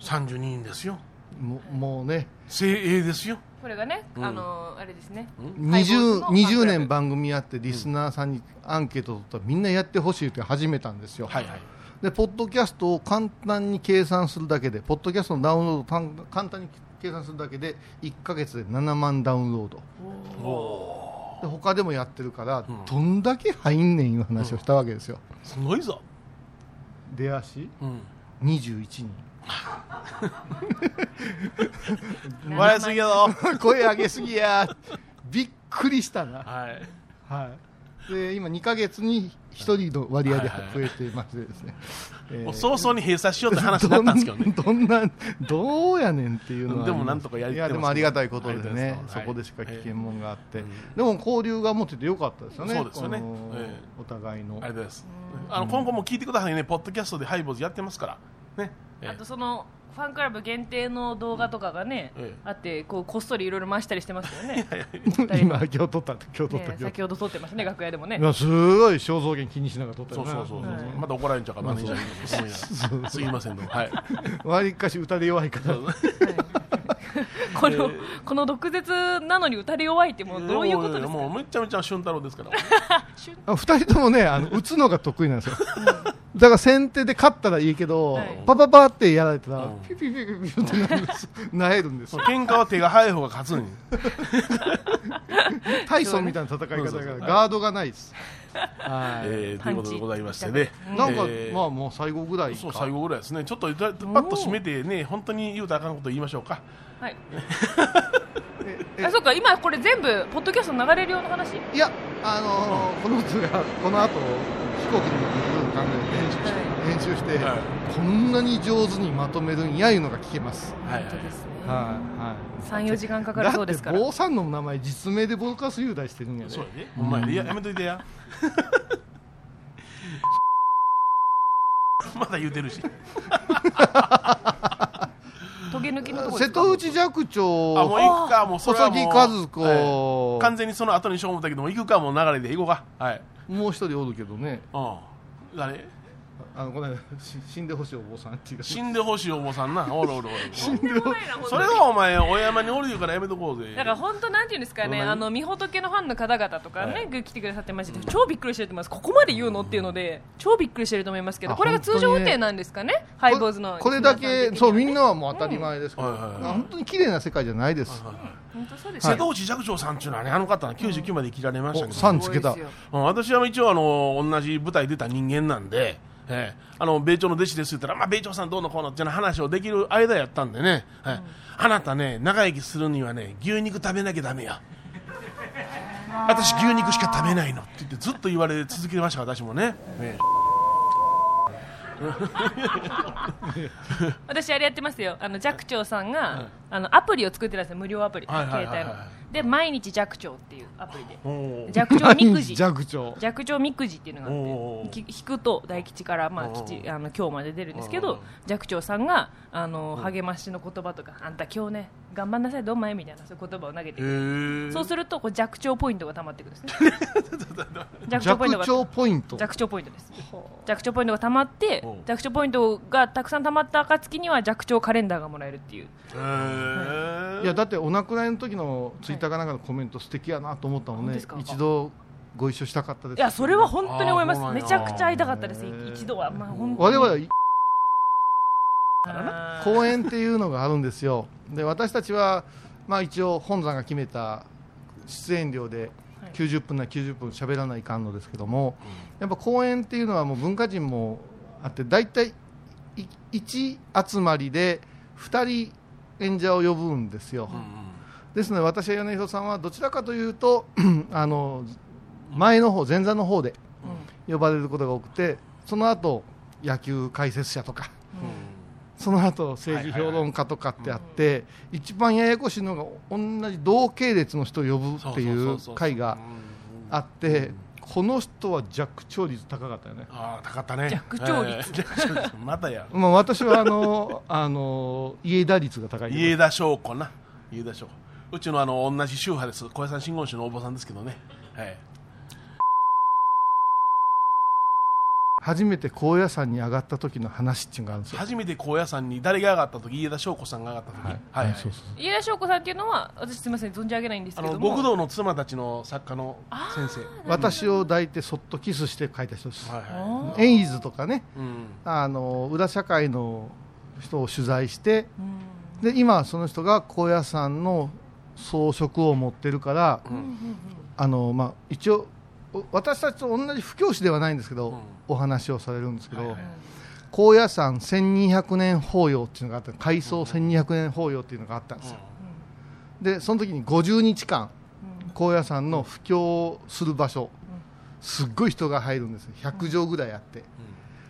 32人ですよももうね精鋭ですよこれがね、うんあのあれですね 20, 20年番組やってリスナーさんにアンケートを取ったらみんなやってほしいって始めたんですよ、でポッドキャストを簡単に計算するだけでポッドキャストのダウンロードを簡簡単に計算するだけで1か月で7万ダウンロードで他でもやってるから、どんだけ入んねんいう話をしたわけですよ、すごいぞ出足、うん21人 笑いすぎやぞ声上げすぎやびっくりしたなはい、はい、で今2か月に1人の割合で増えていましてですね、えもうー早々に閉鎖しようって話になったんですけどねどん などうやねんっていうのはありますでもなんとかやりいきってますねやでもありがたいことでありがたいねですそはいこでしか聞けんもんがあって、でも交流が持ててよかったですよねそうですよねこのえお互いあのりがとうございますあの今後も聞いてくださいねポッドキャストでハイボーズやってますからねえあとそのファンクラブ限定の動画とかがね、ええあってこうこっそりいろいろ回したりしてますよね今今日撮ったって今日撮ったね先ほど撮ってましたね楽屋でもねいやすごい肖像権気にしながら撮ったよねそうそうそうそうはいまた怒られんちゃうからマネージャーに思いながらそうそうすいませんどうもはいわりかし歌で弱いからこの、この毒舌なのに打たれ弱いってもうどういうことですかもうめっちゃめちゃ俊太郎ですからあ二人ともねあの打つのが得意なんですよだから先手で勝ったらいいけど、パパパってやられたら、ピュピュピュピュピュってなるんですなえる んですよ喧嘩は手が早い方が勝つのにタイソンみたいな戦い方だそうかそうらそうガードがないですはいえーということでございましてねパンチなんかまあもう最後ぐらいそう最後ぐらいですねちょっとだパッと締めてね本当に言うたらあかんこと言いましょうかはいあそうか今これ全部ポッドキャストの流れるような話いやあのーこの人がこの後飛行機のことを考えて編集して、編集して、こんなに上手にまとめるんやいうのが聞けますはいはいはい三四時間かかるそうですからだって坊さんの名前実名でボーカス雄大してるんやでそうやねお前ややめといてや まだ言うてるしトゲ抜きのところで瀬すか戸内寂聴あもう行くかもうそれは細もう木数子、はい完全にその後にしよう思ったけども行くかもう流れで行こうかはいもう一人おるけどねうん誰あのこの間し死んでほしいお坊さんっていう死んでほしいお坊さんな おるおるおる死んでほしいそれはお前お山におる言うからやめとこうぜだから本当なんていうんですかね、どんなあの、みほとけのファンの方々とかね、来てくださってまして、超びっくりしてると思います。ここまで言うのっていうので、超びっくりしてると思いますけど、あこれが通常運転なんですかね、ハイボーズの。これだけそうみんなはもう当たり前ですけど、あ本当に綺麗な世界じゃないです、本当そうですよ瀬戸内寂聴さんっていうのはねあの方は99まで生きられましたけど、おさんつけたうん私は一応あの同じ舞台出た人間なんで、ええあの米朝の弟子ですって言ったら、まあ、米朝さんどうのこうのっていうような話をできる間やったんでね、はいあなたね長生きするにはね牛肉食べなきゃだめよ私牛肉しか食べないのって言ってずっと言われ続けました私もねね私あれやってますよあの寂聴さんが、あのアプリを作ってたんですよ無料アプリ、はいはいはいはい携帯ので毎日寂聴っていうアプリで弱寂聴み くじ弱聴寂聴みくじっていうのがあってき引くと大吉から、まあ、おー吉あの今日まで出るんですけおーど寂聴さんがあのうん励ましの言葉とかあんた今日ね頑張んなさいどんまいみたいなそういう言葉を投げてくるへーそうするとこう弱聴ポイントがたまってくるんですね弱聴ポイント弱聴ポイントです弱聴ポイントがたまって弱聴ポイントがたくさんたまった暁には弱聴カレンダーがもらえるっていういやだってお亡くなりの時のツイッターかなんかのコメント素敵やなと思ったもん本当ね、ですか一度ご一緒したかったですいやそれは本当に思いまあーすそうなんめやちゃくちゃ会いたかったですい一度はまあ本当我に々はい公演っていうのがあるんですよで私たちは、まあ、一応本山が決めた出演料ではい90分なら90分喋らないかんのですけども、やっぱ公演っていうのはもう文化人もあって大体い1集まりで2人演者を呼ぶんですよ、ですので私は米広さんはどちらかというと あの前の方前座の方で呼ばれることが多くてその後野球解説者とか、その後政治評論家とかってあって、一番ややこしいのが同じ同系列の人を呼ぶっていう会があってこの人は弱聴率高かったよね。ああ高かったね弱聴率ええ弱聴率またやまあ、私はあのあの家田率が高い家田翔子な家田翔子うちのあの同じ宗派です小屋さん真言宗のお坊さんですけどね、はい、初めて高野山に上がった時の話っていうのがあるんですよ。初めて高野山に誰が上がった時家田翔子さんが上がった時、はいはいそうそう家田翔子さんっていうのは私すみません存じ上げないんですあけどのも極道の妻たちの作家の先生私を抱いてそっとキスして書いた人です、はエンイズとかね、うんあの裏社会の人を取材して、で今その人が高野山の装飾を持ってるから、あのまあ、一応お私たちと同じ布教師ではないんですけど、お話をされるんですけど、高野山1200年法要っていうのがあった改装1200年法要っていうのがあったんですよ、でその時に50日間高野山の布教をする場所、すっごい人が入るんですよ100畳ぐらいあって、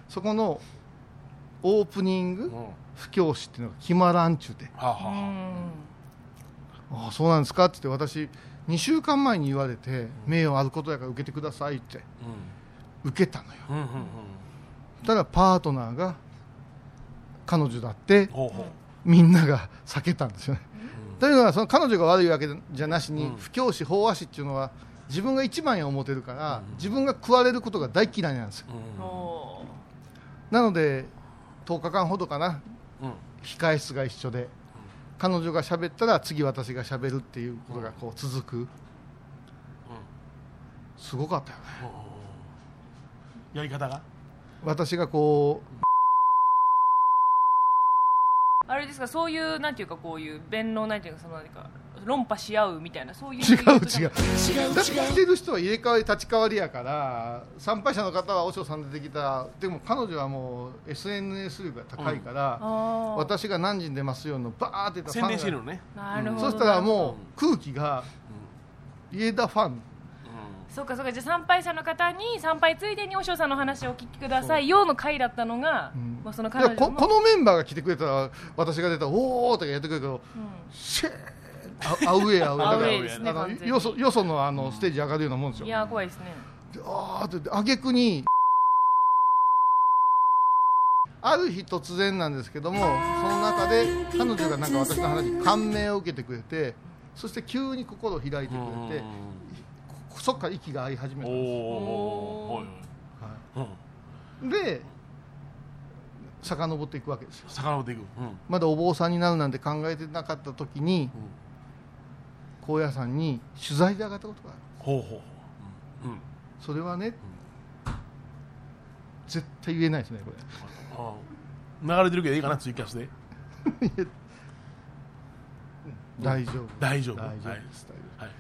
そこのオープニング、布教師っていうのが決まらんちゅうて、ああそうなんですかって言って私2週間前に言われて、名誉あることやから受けてくださいって受けたのよ、うんうんうんただパートナーが彼女だってほうほうみんなが避けたんですよね、というのはその彼女が悪いわけじゃなしに、不教師法和師っていうのは自分が一番や思ってるから、自分が食われることが大嫌いなんですよ、なので10日間ほどかな、控え室が一緒で彼女が喋ったら次私が喋るっていうことがこう続く、すごかったよねやり方が私がこうあれですかそういうなんていうかこういう弁論なんていうかその何か論破し合うみたいなそういう違う違うだって来てる人は入れ替わり立ち替わりやから参拝者の方は和尚さん出てきたでも彼女はもう SNS 力が高いから、うんあー私が何時に出ますよのバーって言ったら宣伝してるのねなるほどそしたらもう空気が家田ファンそうかそうかじゃあ参拝者の方に参拝ついでに和尚さんの話をお聞きくださいよの会だったのが、まあ、そのい彼や女このこのメンバーが来てくれたら私が出たらおーとかやってくれるけど、シェーあアウェーアウェーアウェーですねだからあ完全のによそよそのあのステージ上がるようなもんですよいやー怖いですねあーって挙句にある日突然なんですけどもその中で彼女がなんか私の話に感銘を受けてくれてそして急に心を開いてくれてそっから息が合い始めたんですよおお、はいで遡っていくわけですよ遡っていく、まだお坊さんになるなんて考えてなかった時に、高野山に取材で上がったことがあるほうほうそれはね、絶対言えないですねこああ流れてるけどいいかなツイキャスでれ大丈夫大丈夫大丈夫はいです、はい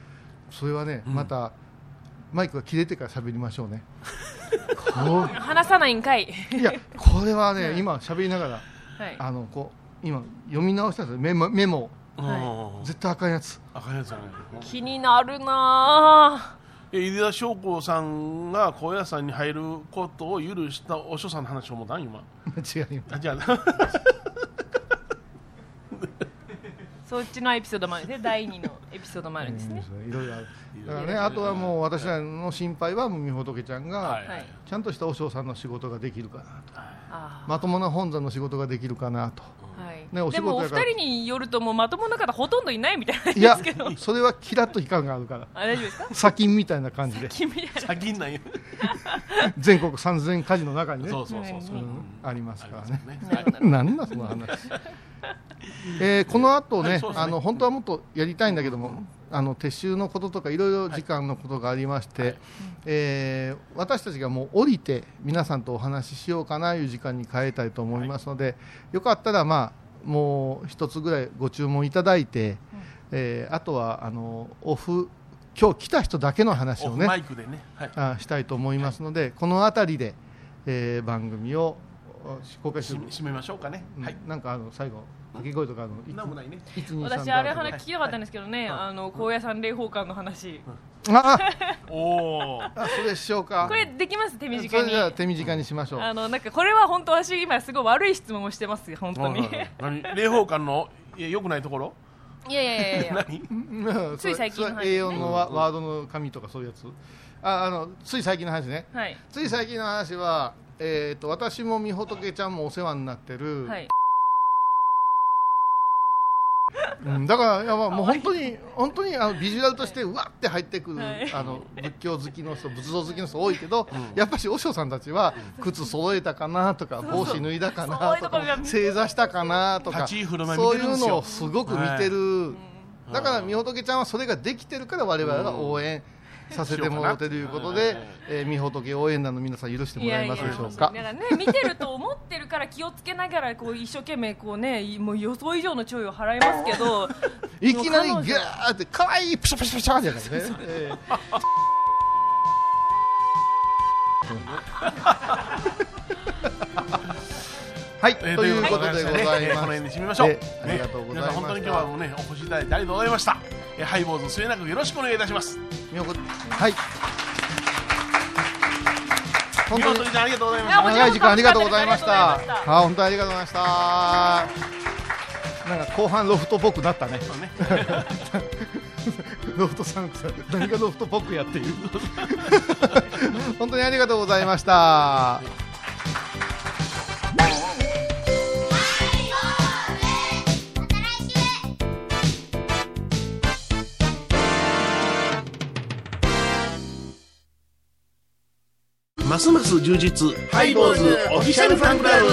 それはね、またマイクが切れてから喋りましょうねこ話さないんか いいやこれはね、今喋りながら、はいあのこう今読み直したんですよメモメモを、は絶対あかんやつあかんやつだね気になるなえ井出田翔子さんが高野山に入ることを許したお師匠さんの話をもう何今違いあじ ゃあそっちのエピソードもあるんですね第2のエピソードもあるんですね、いろいろあるだからねあとはもう私らの心配は海仏ちゃんが、はいはいちゃんとした和尚さんの仕事ができるかなとあまともな本山の仕事ができるかなとーはいねお仕でも事お二やから人によるともうまともな方ほとんどいないみたいなんいやですけどそれはキラッと期間があるからあ大丈夫ですか砂金みたいな感じで君やら先なんや全国3000火事の中にねそうそうそうそうんありますからねありますよね何だその 話えーこの後ね,、はいそうですねあの本当はもっとやりたいんだけども、あの撤収のこととかいろいろ時間のことがありまして、えー私たちがもう降りて皆さんとお話ししようかないう時間に変えたいと思いますので、よかったらまあもう一つぐらいご注文いただいて、えーあとはあのオフ今日来た人だけの話をオねフマイクでねはいあしたいと思いますので、この辺りで、えー番組を公開し締めましょうかね、はい、なんかあの最後掛け声とかあのなんもないね私あれ話聞きたかったんですけどね、あの高野山霊宝館の話、あおお あそれしようかこれできます手そ短れじにゃあ手短にしましょうあのなんかこれは本当私今すごい悪い質問をしてますよ本当にいはいはいはい何霊宝館のいや良くないところやいやいやいや何うんつい最近の話それそれ A4 のワ,、うんワードの紙とかそういうやつああのつい最近の話ね、はいつい最近の話は、えー、と私もみほとけちゃんもお世話になってる、はいうん、だからいやまあもう本当に本当にあのビジュアルとしてうわって入ってくる、はいあの仏教好きの人仏像好きの人多いけど、やっぱし和尚さんたちは靴揃えたかなとかそうそう帽子脱いだかなとかそういうとこが見正座したかなとか立ち居振る舞い見そうているんでうすよのをすごく見てる、だからみほとけちゃんはそれができてるから我々が応援させてもらってるということで、えー、みほとけ応援団の皆さん許してもらえますでしょうかいやいやだからね見てると思ってるから気をつけながらこう一生懸命こうねいもう予想以上の注意を払いますけどいきなりギャーってかわいいプシャプシャプシャってやからねえ ーはい、えーということでございとうことでねえーこまの辺です締めましょう、えーありがとうございまね皆さんした本当に今日はもうねお越しいただいてありがとうございました、えー、ハイボーズ末永くよろしくお願いいたしますみほはい本当にありがとうございました 長い時間ありがとうございました。ありがとうございましたあ、本当にありがとうございました。なんか後半ロフトっぽくなったね。 ロフトさんって何がロフトっぽく やっている。本当にありがとうございました。ますます充実ハイボーズオフィシャルファンクラブイエイ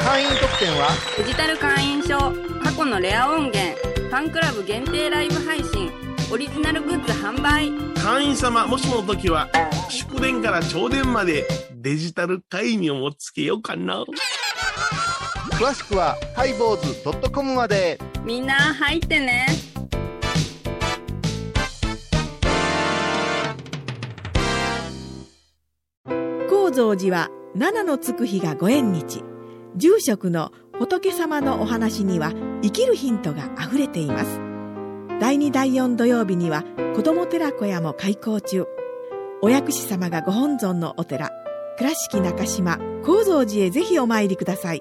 会員特典はデジタル会員証過去のレア音源ファンクラブ限定ライブ配信オリジナルグッズ販売会員様もしもの時は祝電から朝電までデジタル会員をもつけようかな詳しくはハイボーズドットコムまで。みんな入ってね高蔵寺は七のつく日がご縁日住職の仏様のお話には生きるヒントがあふれています第2第4土曜日には子ども寺小屋も開校中お薬師様がご本尊のお寺倉敷中島・高蔵寺へぜひお参りください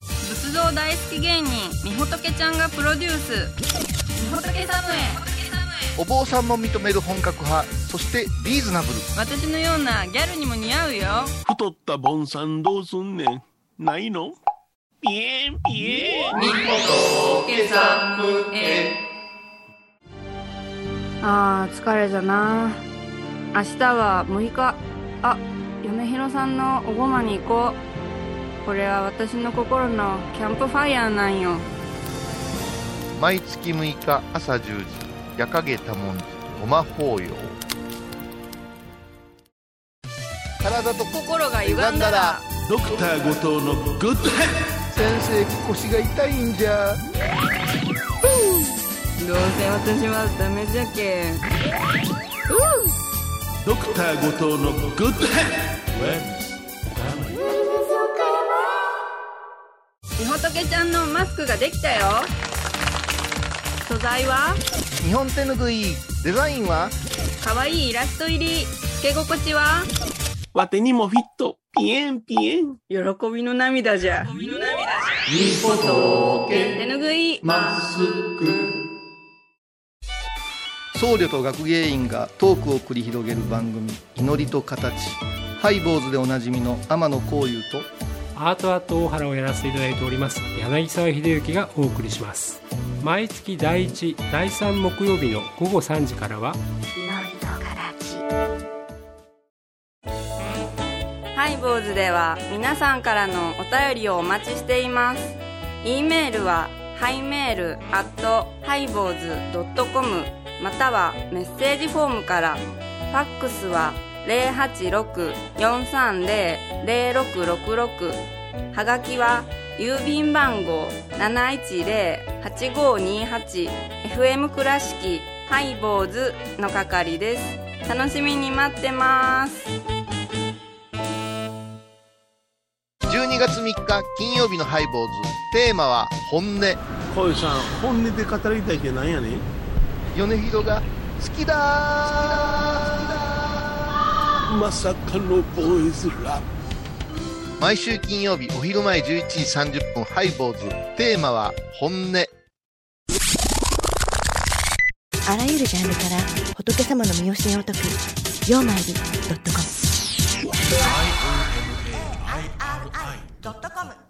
仏像大好き芸人みほとけちゃんがプロデュースみほとけサムへお坊さんも認める本格派、そしてリーズナブル。私のようなギャルにも似合うよ太ったボンさんどうすんねんないのピエンピエンみほとけサムへあー疲れたな明日は6日あ嫁ひろさんのおごまに行こうこれは私の心のキャンプファイヤーなんよ毎月6日朝10時夜影多文字ごま法要体と心が歪んだらドクター後藤のグッドヘッ先生腰が痛いんじゃどうせ私はダメじゃけドクター後藤のグッドヘッドみほとけちゃんのマスクができたよ素材は日本手ぬぐいデザインはかわいいイラスト入りつけ心地はわてにもフィットピエンピエン喜びの涙じゃみほと手ぬぐいマスク僧侶と学芸員がトークを繰り広げる番組「祈りと形」ハイボーズでおなじみの天野幸雄とアートアート大原をやらせていただいております柳沢秀幸がお送りします毎月第1第3木曜日の午後3時からはハイボーズでは皆さんからのお便りをお待ちしています e メールはハイメールアットハイボーズドットコムまたはメッセージフォームからファックスは086-430-0666はがきは郵便番号 710-8528FM 倉敷ハイボーズの係です楽しみに待ってます12月3日金曜日のハイボーズテーマは本音こういうさん本音で語りたいってなんやねん米広が好きだまさかのボーイズラ毎週金曜日お昼前11時30分ハイボーズテーマは本音あらゆるジャンルから仏様の身教えを解く「曜マイルドットコム」ドットコム